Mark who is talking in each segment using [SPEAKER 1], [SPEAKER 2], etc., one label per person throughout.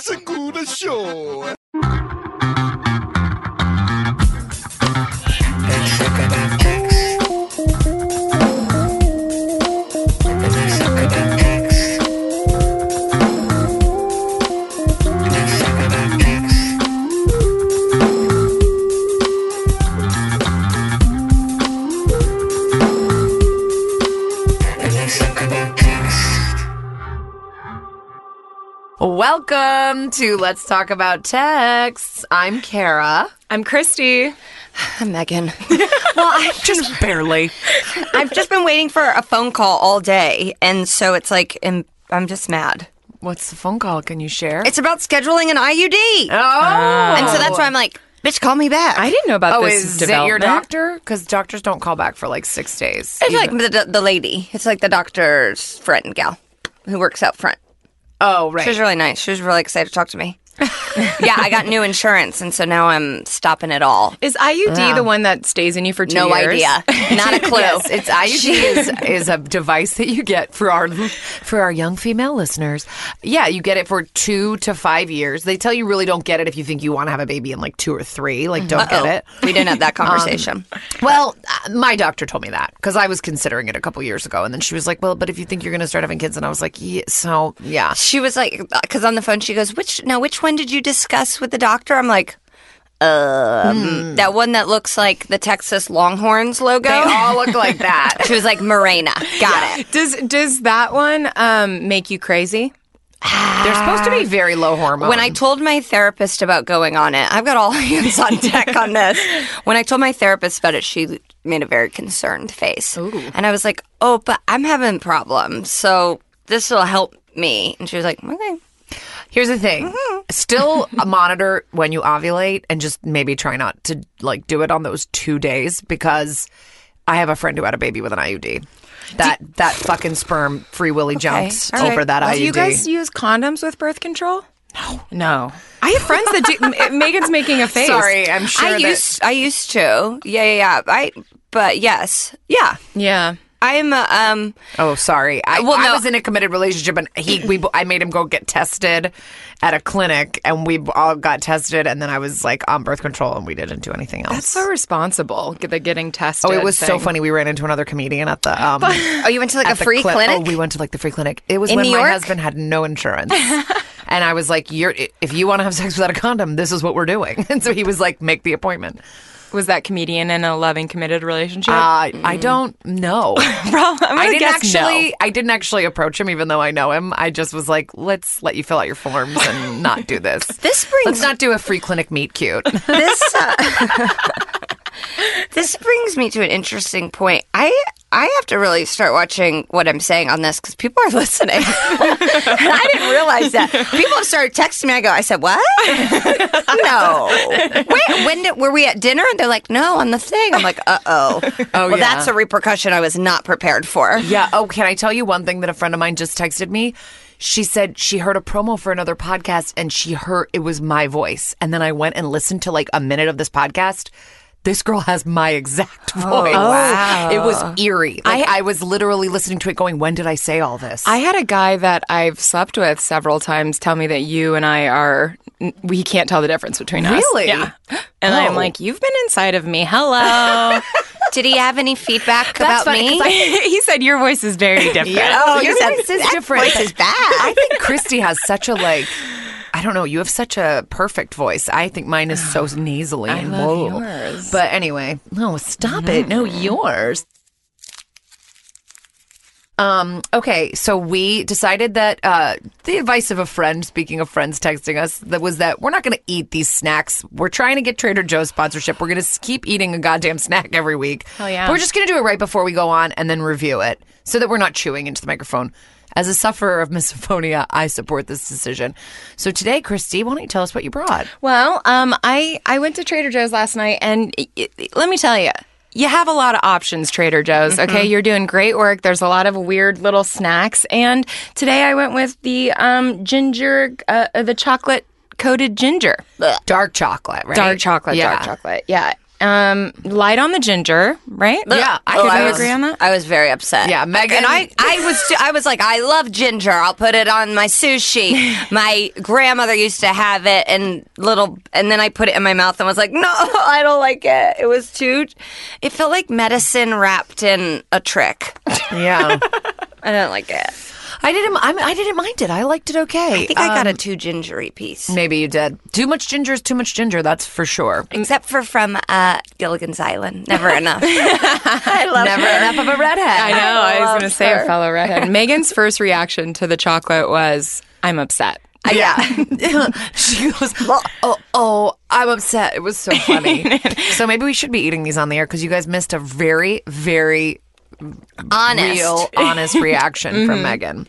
[SPEAKER 1] segura show.
[SPEAKER 2] Welcome to Let's Talk About Texts. I'm Kara.
[SPEAKER 3] I'm Christy.
[SPEAKER 4] I'm Megan. well, I've just
[SPEAKER 3] Barely.
[SPEAKER 4] I've just been waiting for a phone call all day, and so it's like I'm, I'm just mad.
[SPEAKER 2] What's the phone call? Can you share?
[SPEAKER 4] It's about scheduling an IUD,
[SPEAKER 2] oh,
[SPEAKER 4] and so that's why I'm like, bitch, call me back.
[SPEAKER 3] I didn't know about
[SPEAKER 2] oh,
[SPEAKER 3] this
[SPEAKER 2] is it your
[SPEAKER 3] development.
[SPEAKER 2] doctor? Because doctors don't call back for like six days.
[SPEAKER 4] it's like the, the lady. It's like the doctor's friend gal who works out front.
[SPEAKER 2] Oh,
[SPEAKER 4] She was
[SPEAKER 2] right.
[SPEAKER 4] really nice. She was really excited to talk to me. yeah, I got new insurance, and so now I'm stopping it all.
[SPEAKER 3] Is IUD the one that stays in you for two
[SPEAKER 4] No
[SPEAKER 3] years?
[SPEAKER 4] idea. Not a clue.
[SPEAKER 2] Yes, it's IUD is, is a device that you get for our for our young female listeners. Yeah, you get it for two to five years. They tell you really don't get it if you think you want to have a baby in like two or three. Like, don't
[SPEAKER 4] Uh-oh.
[SPEAKER 2] get it.
[SPEAKER 4] We didn't have that conversation.
[SPEAKER 2] Well, uh, my doctor told me that because I was considering it a couple years ago, and then she was like, "Well, but if you think you're going to start having kids," and I was like, yeah, "So, yeah."
[SPEAKER 4] she was like, because on the phone she goes, which now which one did you discuss with the doctor? I'm like, um, that one that looks like the Texas Longhorns logo.
[SPEAKER 2] Hmm. They all look like that.
[SPEAKER 4] she was like, Morena, got it.
[SPEAKER 3] Does does that one um, make you crazy?
[SPEAKER 2] They're supposed to be very low hormone.
[SPEAKER 4] When I told my therapist about going on it, I've got all hands on deck on this. When I told my therapist about it, she made a very concerned face, and I was like, oh, but I'm having problems, so this will help me. And she was like, okay.
[SPEAKER 2] here's the thing:
[SPEAKER 3] Mm-hmm.
[SPEAKER 2] still monitor when you ovulate, and just maybe try not to like do it on those two days because I have a friend who had a baby with an IUD. That that fucking sperm free willy jumped
[SPEAKER 4] all right.
[SPEAKER 2] over that IUD.
[SPEAKER 3] Do you guys use condoms with birth control? No. No. I have friends that do. M- Megan's making a face.
[SPEAKER 2] Sorry, I'm sure
[SPEAKER 4] I
[SPEAKER 2] that-
[SPEAKER 4] used I used to. Yeah, yeah, yeah. I but yes. Yeah.
[SPEAKER 3] Yeah.
[SPEAKER 4] I'm uh, um
[SPEAKER 2] Oh, sorry. I,
[SPEAKER 4] Well,
[SPEAKER 2] I
[SPEAKER 4] no.
[SPEAKER 2] was in a committed relationship, and he we I made him go get tested at a clinic, and we all got tested, and then I was like on birth control, and we didn't do anything else.
[SPEAKER 3] That's so responsible. get- The getting tested.
[SPEAKER 2] Oh, it was so
[SPEAKER 3] thing.
[SPEAKER 2] funny. We ran into another comedian at the um,
[SPEAKER 4] Oh, you went to like a
[SPEAKER 2] at the
[SPEAKER 4] free
[SPEAKER 2] cli-
[SPEAKER 4] clinic?
[SPEAKER 2] Oh, we went to like the free clinic. It was
[SPEAKER 4] In
[SPEAKER 2] when
[SPEAKER 4] New
[SPEAKER 2] my
[SPEAKER 4] York?
[SPEAKER 2] husband had no insurance. And I was like, "You're if you want to have sex without a condom, this is what we're doing." And so he was like, "Make the appointment."
[SPEAKER 3] Was that comedian in a loving, committed relationship?
[SPEAKER 2] Uh, I don't know.
[SPEAKER 3] Probably. I'm
[SPEAKER 2] I
[SPEAKER 3] gonna
[SPEAKER 2] didn't
[SPEAKER 3] guess no.
[SPEAKER 2] actually. I didn't actually approach him, even though I know him. I just was like, let's let you fill out your forms and not do this.
[SPEAKER 4] This brings-
[SPEAKER 2] Let's not do a free clinic meet cute.
[SPEAKER 4] this uh, This brings me to an interesting point. I I have to really start watching what I'm saying on this because people are listening. and I didn't realize that. People started texting me. I go, I said, what? no. Wait, when did, were we at dinner? And they're like, no, on the thing. I'm like, uh oh. Oh, well,
[SPEAKER 2] yeah.
[SPEAKER 4] that's a repercussion I was not prepared for.
[SPEAKER 2] Yeah. Oh, can I tell you one thing that a friend of mine just texted me? She said she heard a promo for another podcast and she heard it was my voice. And then I went and listened to like a minute of this podcast. This girl has my exact voice.
[SPEAKER 4] wow.
[SPEAKER 2] It was eerie. Like, I, was literally listening to it going, when did I say all this?
[SPEAKER 3] I had a guy that I've slept with several times tell me that you and I are we can't tell the difference between us.
[SPEAKER 2] Really?
[SPEAKER 3] Yeah. And I'm like, you've been inside of me. Hello.
[SPEAKER 4] Did he have any feedback
[SPEAKER 2] That's
[SPEAKER 4] about
[SPEAKER 2] funny,
[SPEAKER 4] me?
[SPEAKER 2] 'cause
[SPEAKER 3] he said your voice is very different.
[SPEAKER 2] Yeah.
[SPEAKER 4] Oh,
[SPEAKER 2] Your
[SPEAKER 4] you said
[SPEAKER 2] voice is
[SPEAKER 4] that
[SPEAKER 2] different.
[SPEAKER 4] Voice is
[SPEAKER 2] I
[SPEAKER 4] bad.
[SPEAKER 2] think Christy has such a like. I don't know. You have such a perfect voice. I think mine is so nasally and
[SPEAKER 3] love
[SPEAKER 2] low.
[SPEAKER 3] yours.
[SPEAKER 2] But anyway, no, stop it. No, yours. Um. Okay. So we decided that uh, the advice of a friend, speaking of friends texting us, that was that we're not going to eat these snacks. We're trying to get Trader Joe's sponsorship. We're going to keep eating a goddamn snack every week.
[SPEAKER 3] Hell yeah.
[SPEAKER 2] But we're just going to do it right before we go on and then review it so that we're not chewing into the microphone. As a sufferer of misophonia, I support this decision. So today, Christy, why don't you tell us what you brought?
[SPEAKER 3] Well, um, I I went to Trader Joe's last night, and i i let me tell you. You have a lot of options, Trader Joe's. Okay, you're doing great work. There's a lot of weird little snacks, and today I went with the um, ginger, uh, uh, the chocolate coated ginger,
[SPEAKER 2] Dark chocolate, right?
[SPEAKER 3] dark chocolate,
[SPEAKER 2] Yeah.
[SPEAKER 3] dark chocolate. Yeah, Um, light on the ginger, right?
[SPEAKER 2] Yeah.
[SPEAKER 3] I
[SPEAKER 2] Oh,
[SPEAKER 3] could
[SPEAKER 2] I
[SPEAKER 3] we
[SPEAKER 2] was-
[SPEAKER 3] agree on that?
[SPEAKER 4] I was very upset. um,
[SPEAKER 2] Yeah, Megan-
[SPEAKER 4] and I. I was. t- I was like, I love ginger. I'll put it on my sushi. My grandmother used to have it, and little, and then I put it in my mouth and was like, no, I don't like it. It was too. It felt like medicine wrapped in a trick.
[SPEAKER 2] Yeah.
[SPEAKER 4] I don't like it.
[SPEAKER 2] I didn't. I'm, I didn't mind it. I liked it okay. Um,
[SPEAKER 4] I think I got a too gingery piece,
[SPEAKER 2] Maybe you did. Too much ginger is too much ginger. That's for sure.
[SPEAKER 4] except for from uh, Gilligan's Island. Never enough. I love
[SPEAKER 2] Never
[SPEAKER 4] her.
[SPEAKER 2] enough of a redhead.
[SPEAKER 3] I know. I, was
[SPEAKER 4] loved
[SPEAKER 3] going to say
[SPEAKER 4] her.
[SPEAKER 3] a fellow redhead. Megan's first reaction to the chocolate was, "I'm upset."
[SPEAKER 4] yeah.
[SPEAKER 2] she goes, oh, oh, I'm upset. It was so funny. so maybe we should be eating these on the air because you guys missed a very, very
[SPEAKER 4] Honest. Mm-hmm.
[SPEAKER 2] real, honest reaction from Megan.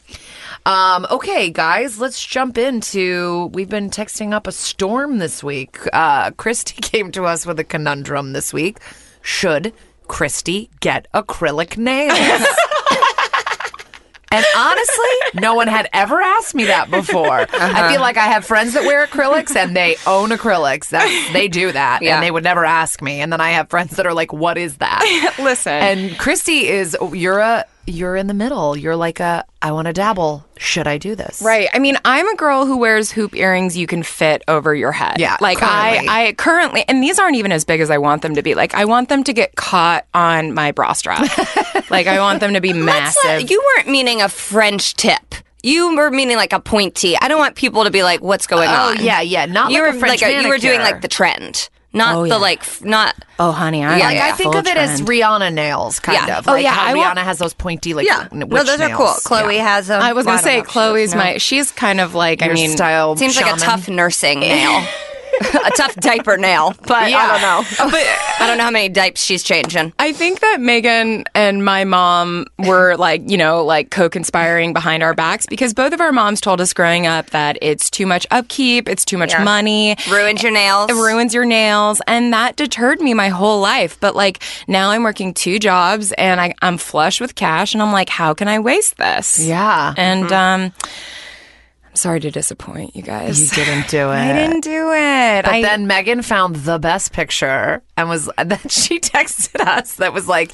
[SPEAKER 2] Um, okay, guys, let's jump into. We've been texting up a storm this week. Uh, Christy came to us with a conundrum this week. Should Christy get acrylic nails? And honestly, no one had ever asked me that before. I
[SPEAKER 4] Uh-huh.
[SPEAKER 2] feel like I have friends that wear acrylics and they own acrylics. That's, they do that,
[SPEAKER 4] Yeah.
[SPEAKER 2] and they would never ask me. And then I have friends that are like, "What is that?"
[SPEAKER 3] Listen.
[SPEAKER 2] And Christy is you're a you're in the middle. You're like a I want to dabble. Should I do this?
[SPEAKER 3] Right. I mean, I'm a girl who wears hoop earrings you can fit over your head.
[SPEAKER 2] Yeah,
[SPEAKER 3] Like
[SPEAKER 2] currently.
[SPEAKER 3] I, I currently, and these aren't even as big as I want them to be. Like I want them to get caught on my bra strap. like I want them to be
[SPEAKER 4] That's not-
[SPEAKER 3] massive.
[SPEAKER 4] uh, you weren't meaning a French tip. You were meaning like a pointy. I don't want people to be like, "What's going
[SPEAKER 2] Oh
[SPEAKER 4] on?"
[SPEAKER 2] yeah, yeah. Not
[SPEAKER 4] you
[SPEAKER 2] like
[SPEAKER 4] were
[SPEAKER 2] a French
[SPEAKER 4] you were
[SPEAKER 2] manicure.
[SPEAKER 4] doing like the trend, not
[SPEAKER 3] Oh, yeah.
[SPEAKER 4] the like f- not.
[SPEAKER 3] oh, honey, I
[SPEAKER 4] Yeah,
[SPEAKER 2] Like I think
[SPEAKER 3] full
[SPEAKER 2] of it as
[SPEAKER 3] trend.
[SPEAKER 2] Rihanna nails, kind
[SPEAKER 4] Yeah.
[SPEAKER 2] of.
[SPEAKER 4] Oh,
[SPEAKER 2] Like
[SPEAKER 3] yeah,
[SPEAKER 2] how
[SPEAKER 3] I
[SPEAKER 2] Rihanna
[SPEAKER 3] wa-
[SPEAKER 2] has those pointy, like
[SPEAKER 4] Yeah,
[SPEAKER 2] n-
[SPEAKER 4] no,
[SPEAKER 2] witch
[SPEAKER 4] those are
[SPEAKER 2] nails.
[SPEAKER 4] cool. Chloe
[SPEAKER 2] Yeah.
[SPEAKER 4] has them.
[SPEAKER 3] I was gonna
[SPEAKER 4] Well,
[SPEAKER 3] say
[SPEAKER 4] don't know if she
[SPEAKER 3] Chloe's
[SPEAKER 4] does now.
[SPEAKER 3] my. She's kind of like I
[SPEAKER 2] Your
[SPEAKER 3] mean,
[SPEAKER 2] style
[SPEAKER 4] Seems like
[SPEAKER 2] shaman.
[SPEAKER 4] a tough nursing nail, a tough diaper nail. But
[SPEAKER 2] Yeah.
[SPEAKER 4] I don't know. I don't know how many diapers she's changing.
[SPEAKER 3] I think that Megan and my mom were like, you know, like co conspiring behind our backs because both of our moms told us growing up that it's too much upkeep, it's too much
[SPEAKER 4] Yeah.
[SPEAKER 3] money.
[SPEAKER 4] Ruined your nails.
[SPEAKER 3] It ruins your nails. And that deterred me my whole life. But like now I'm working two jobs and I, I'm flush with cash and I'm like, how can I waste this?
[SPEAKER 2] Yeah.
[SPEAKER 3] And um, I'm sorry to disappoint you guys.
[SPEAKER 2] You didn't do it.
[SPEAKER 3] I didn't do it.
[SPEAKER 2] But
[SPEAKER 3] I,
[SPEAKER 2] then Megan found the best picture and was and then she texted us that was like,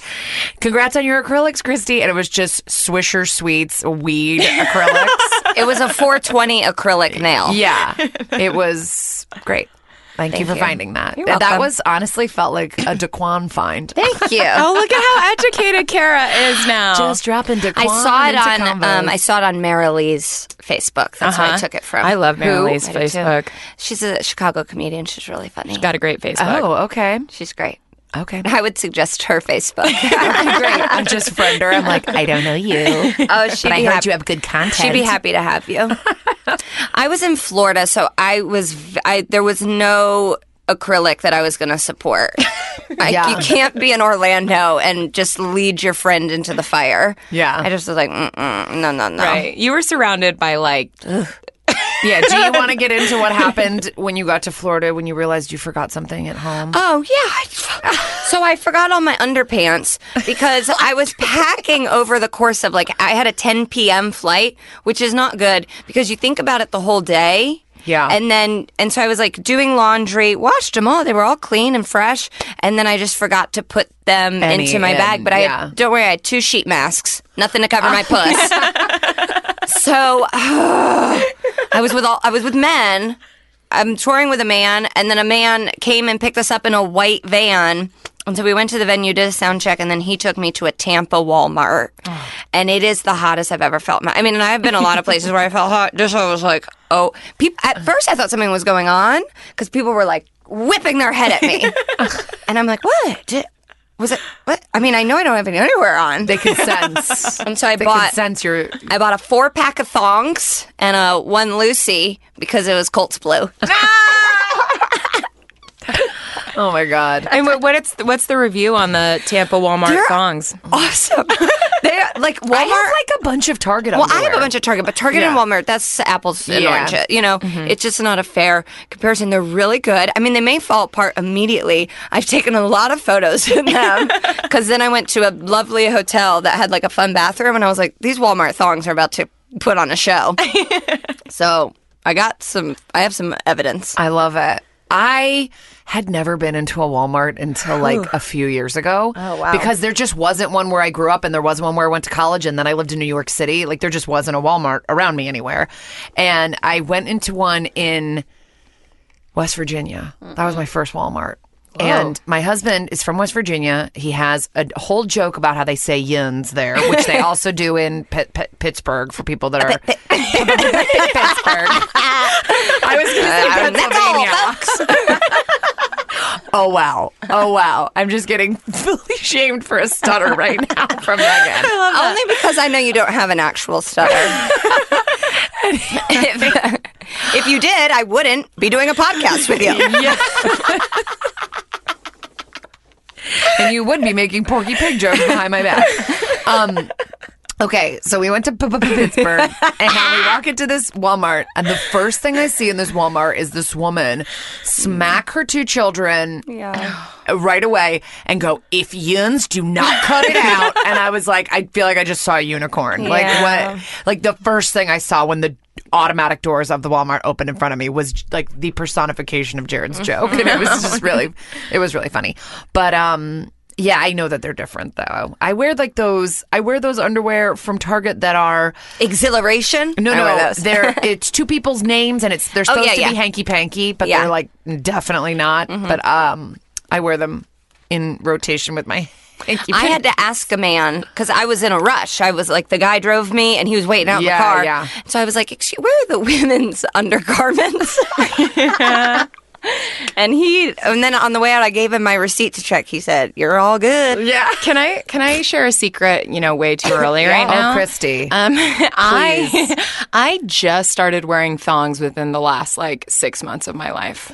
[SPEAKER 2] "Congrats on your acrylics, Christy!" And it was just Swisher Sweets weed acrylics.
[SPEAKER 4] It was a 420 acrylic nail.
[SPEAKER 2] Yeah, it was great. Thank, you for
[SPEAKER 4] you.
[SPEAKER 2] finding that.
[SPEAKER 4] You're
[SPEAKER 2] that
[SPEAKER 4] welcome.
[SPEAKER 2] was honestly felt like a Daquan find.
[SPEAKER 4] Thank you.
[SPEAKER 3] oh, look at how educated Kara is now.
[SPEAKER 2] Just dropping Daquan.
[SPEAKER 4] I saw it
[SPEAKER 2] into
[SPEAKER 4] on
[SPEAKER 2] combos.
[SPEAKER 4] um, I saw it on Marilee's Facebook. That's where I
[SPEAKER 3] Uh-huh.
[SPEAKER 4] took it from.
[SPEAKER 3] I love Mary
[SPEAKER 4] Who-
[SPEAKER 3] Lee's
[SPEAKER 4] I do too.
[SPEAKER 3] Facebook.
[SPEAKER 4] She's a Chicago comedian. She's really funny.
[SPEAKER 3] Got a great Facebook.
[SPEAKER 2] oh, okay,
[SPEAKER 4] She's great.
[SPEAKER 2] okay.
[SPEAKER 4] I would suggest her Facebook.
[SPEAKER 2] Great. I'm just friend her. I'm like, I don't know you.
[SPEAKER 4] oh, she'd
[SPEAKER 2] But I
[SPEAKER 4] be
[SPEAKER 2] heard
[SPEAKER 4] happy.
[SPEAKER 2] you have good content.
[SPEAKER 4] She'd be happy to have you. I was in Florida, so I was. v- I there was no acrylic that I was going to support. I,
[SPEAKER 2] Yeah.
[SPEAKER 4] You can't be in Orlando and just lead your friend into the fire.
[SPEAKER 2] Yeah.
[SPEAKER 4] I just was like, Mm-mm, no, no, no.
[SPEAKER 3] Right. You were surrounded by like
[SPEAKER 2] Yeah. Do you want to get into what happened when you got to Florida when you realized you forgot something at home?
[SPEAKER 4] Oh yeah. I- so I forgot all my underpants because I was packing over the course of like I had a 10 p.m. flight, which is not good because you think about it the whole day.
[SPEAKER 2] Yeah.
[SPEAKER 4] And then and so I was like doing laundry, washed them all. They were all clean and fresh, and then I just forgot to put them
[SPEAKER 2] Any
[SPEAKER 4] into my
[SPEAKER 2] in,
[SPEAKER 4] bag, but I
[SPEAKER 2] yeah.
[SPEAKER 4] had, don't worry, I had two sheet masks. Nothing to cover my puss. so I was with all I was with men. I'm touring with a man, and then a man came and picked us up in a white van. And so we went to the venue, did a sound check, and then he took me to a Tampa Walmart.
[SPEAKER 2] Oh.
[SPEAKER 4] And it is the hottest I've ever felt. I mean, and I've been a lot of places where I felt hot. Just I was like, oh. Peop at first, I thought something was going on because people were like whipping their head at me, and I'm like, what? Did- was it? What? I mean, I know I don't have any underwear on.
[SPEAKER 2] They could sense.
[SPEAKER 4] and so I
[SPEAKER 2] they
[SPEAKER 4] bought
[SPEAKER 2] could sense your.
[SPEAKER 4] I bought a four pack of thongs and a one Lucy because it was Colts blue.
[SPEAKER 2] Oh my god.
[SPEAKER 3] And what, what it's what's the review on the Tampa Walmart thongs?
[SPEAKER 4] awesome. They are, like Walmart.
[SPEAKER 2] I have like a bunch of Target.
[SPEAKER 4] well, I have a bunch of Target, but Target and
[SPEAKER 2] Yeah.
[SPEAKER 4] Walmart, that's apples and
[SPEAKER 2] Yeah.
[SPEAKER 4] oranges. You know, it's just not a fair comparison. They're really good. I mean, they may fall apart immediately. I've taken a lot of photos in them because then I went to a lovely hotel that had like a fun bathroom, and I was like, these Walmart thongs are about to put on a show. so I got some. I have some evidence.
[SPEAKER 2] I love it. I had never been into a Walmart until like a few years ago.
[SPEAKER 3] Oh, wow.
[SPEAKER 2] Because there just wasn't one where I grew up, and there wasn't one where I went to college, and then I lived in New York City. Like there just wasn't a Walmart around me anywhere, and I went into one in West Virginia. That was my first Walmart. And my husband is from West Virginia. He has a whole joke about how they say yins there, which they also do in Pit Pit- Pittsburgh for people that are Pittsburgh. I was going to say
[SPEAKER 4] Uh, that's all,
[SPEAKER 2] Pennsylvania.
[SPEAKER 4] folks.
[SPEAKER 2] Oh wow! Oh wow! I'm just getting fully shamed for a stutter right now from Megan.
[SPEAKER 4] Only because I know you don't have an actual stutter. if, if you did, I wouldn't be doing a podcast with you.
[SPEAKER 2] and you would be making Porky Pig jokes behind my back. Um, okay, so we went to P- P- Pittsburgh, and now we walk into this Walmart, and the first thing I see in this Walmart is this woman smack her two children.
[SPEAKER 4] Yeah.
[SPEAKER 2] right away and go, if yuns do not cut it out. and I was like, I feel like I just saw a unicorn.
[SPEAKER 4] Yeah.
[SPEAKER 2] Like what? Like the first thing I saw when the automatic doors of the Walmart opened in front of me was like the personification of Jared's joke. And it was just really, it was really funny. But, um, yeah, I know that they're different though. I wear like those, I wear those underwear from Target that are,
[SPEAKER 4] Exhilaration?
[SPEAKER 2] no,
[SPEAKER 4] I wear
[SPEAKER 2] no,
[SPEAKER 4] those. Oh,
[SPEAKER 2] they're, it's two people's names and it's, they're supposed
[SPEAKER 4] yeah,
[SPEAKER 2] to
[SPEAKER 4] yeah.
[SPEAKER 2] be hanky panky, but
[SPEAKER 4] Yeah. Mm-hmm.
[SPEAKER 2] they're like definitely not. But, um, I wear them in rotation with my hanky
[SPEAKER 4] I had to ask a man because I was in a rush. I was like, the guy drove me and he was waiting out in
[SPEAKER 2] Yeah,
[SPEAKER 4] the car.
[SPEAKER 2] yeah.
[SPEAKER 4] So I was like, Excuse, where are the women's undergarments? and he, and then on the way out, I gave him my receipt to check. He said, "You're all good."
[SPEAKER 2] Yeah.
[SPEAKER 3] Can I can I share a secret? You know, way too early right now.
[SPEAKER 2] Oh, Christy.
[SPEAKER 3] Um, I I just started wearing thongs within the last like six months of my life.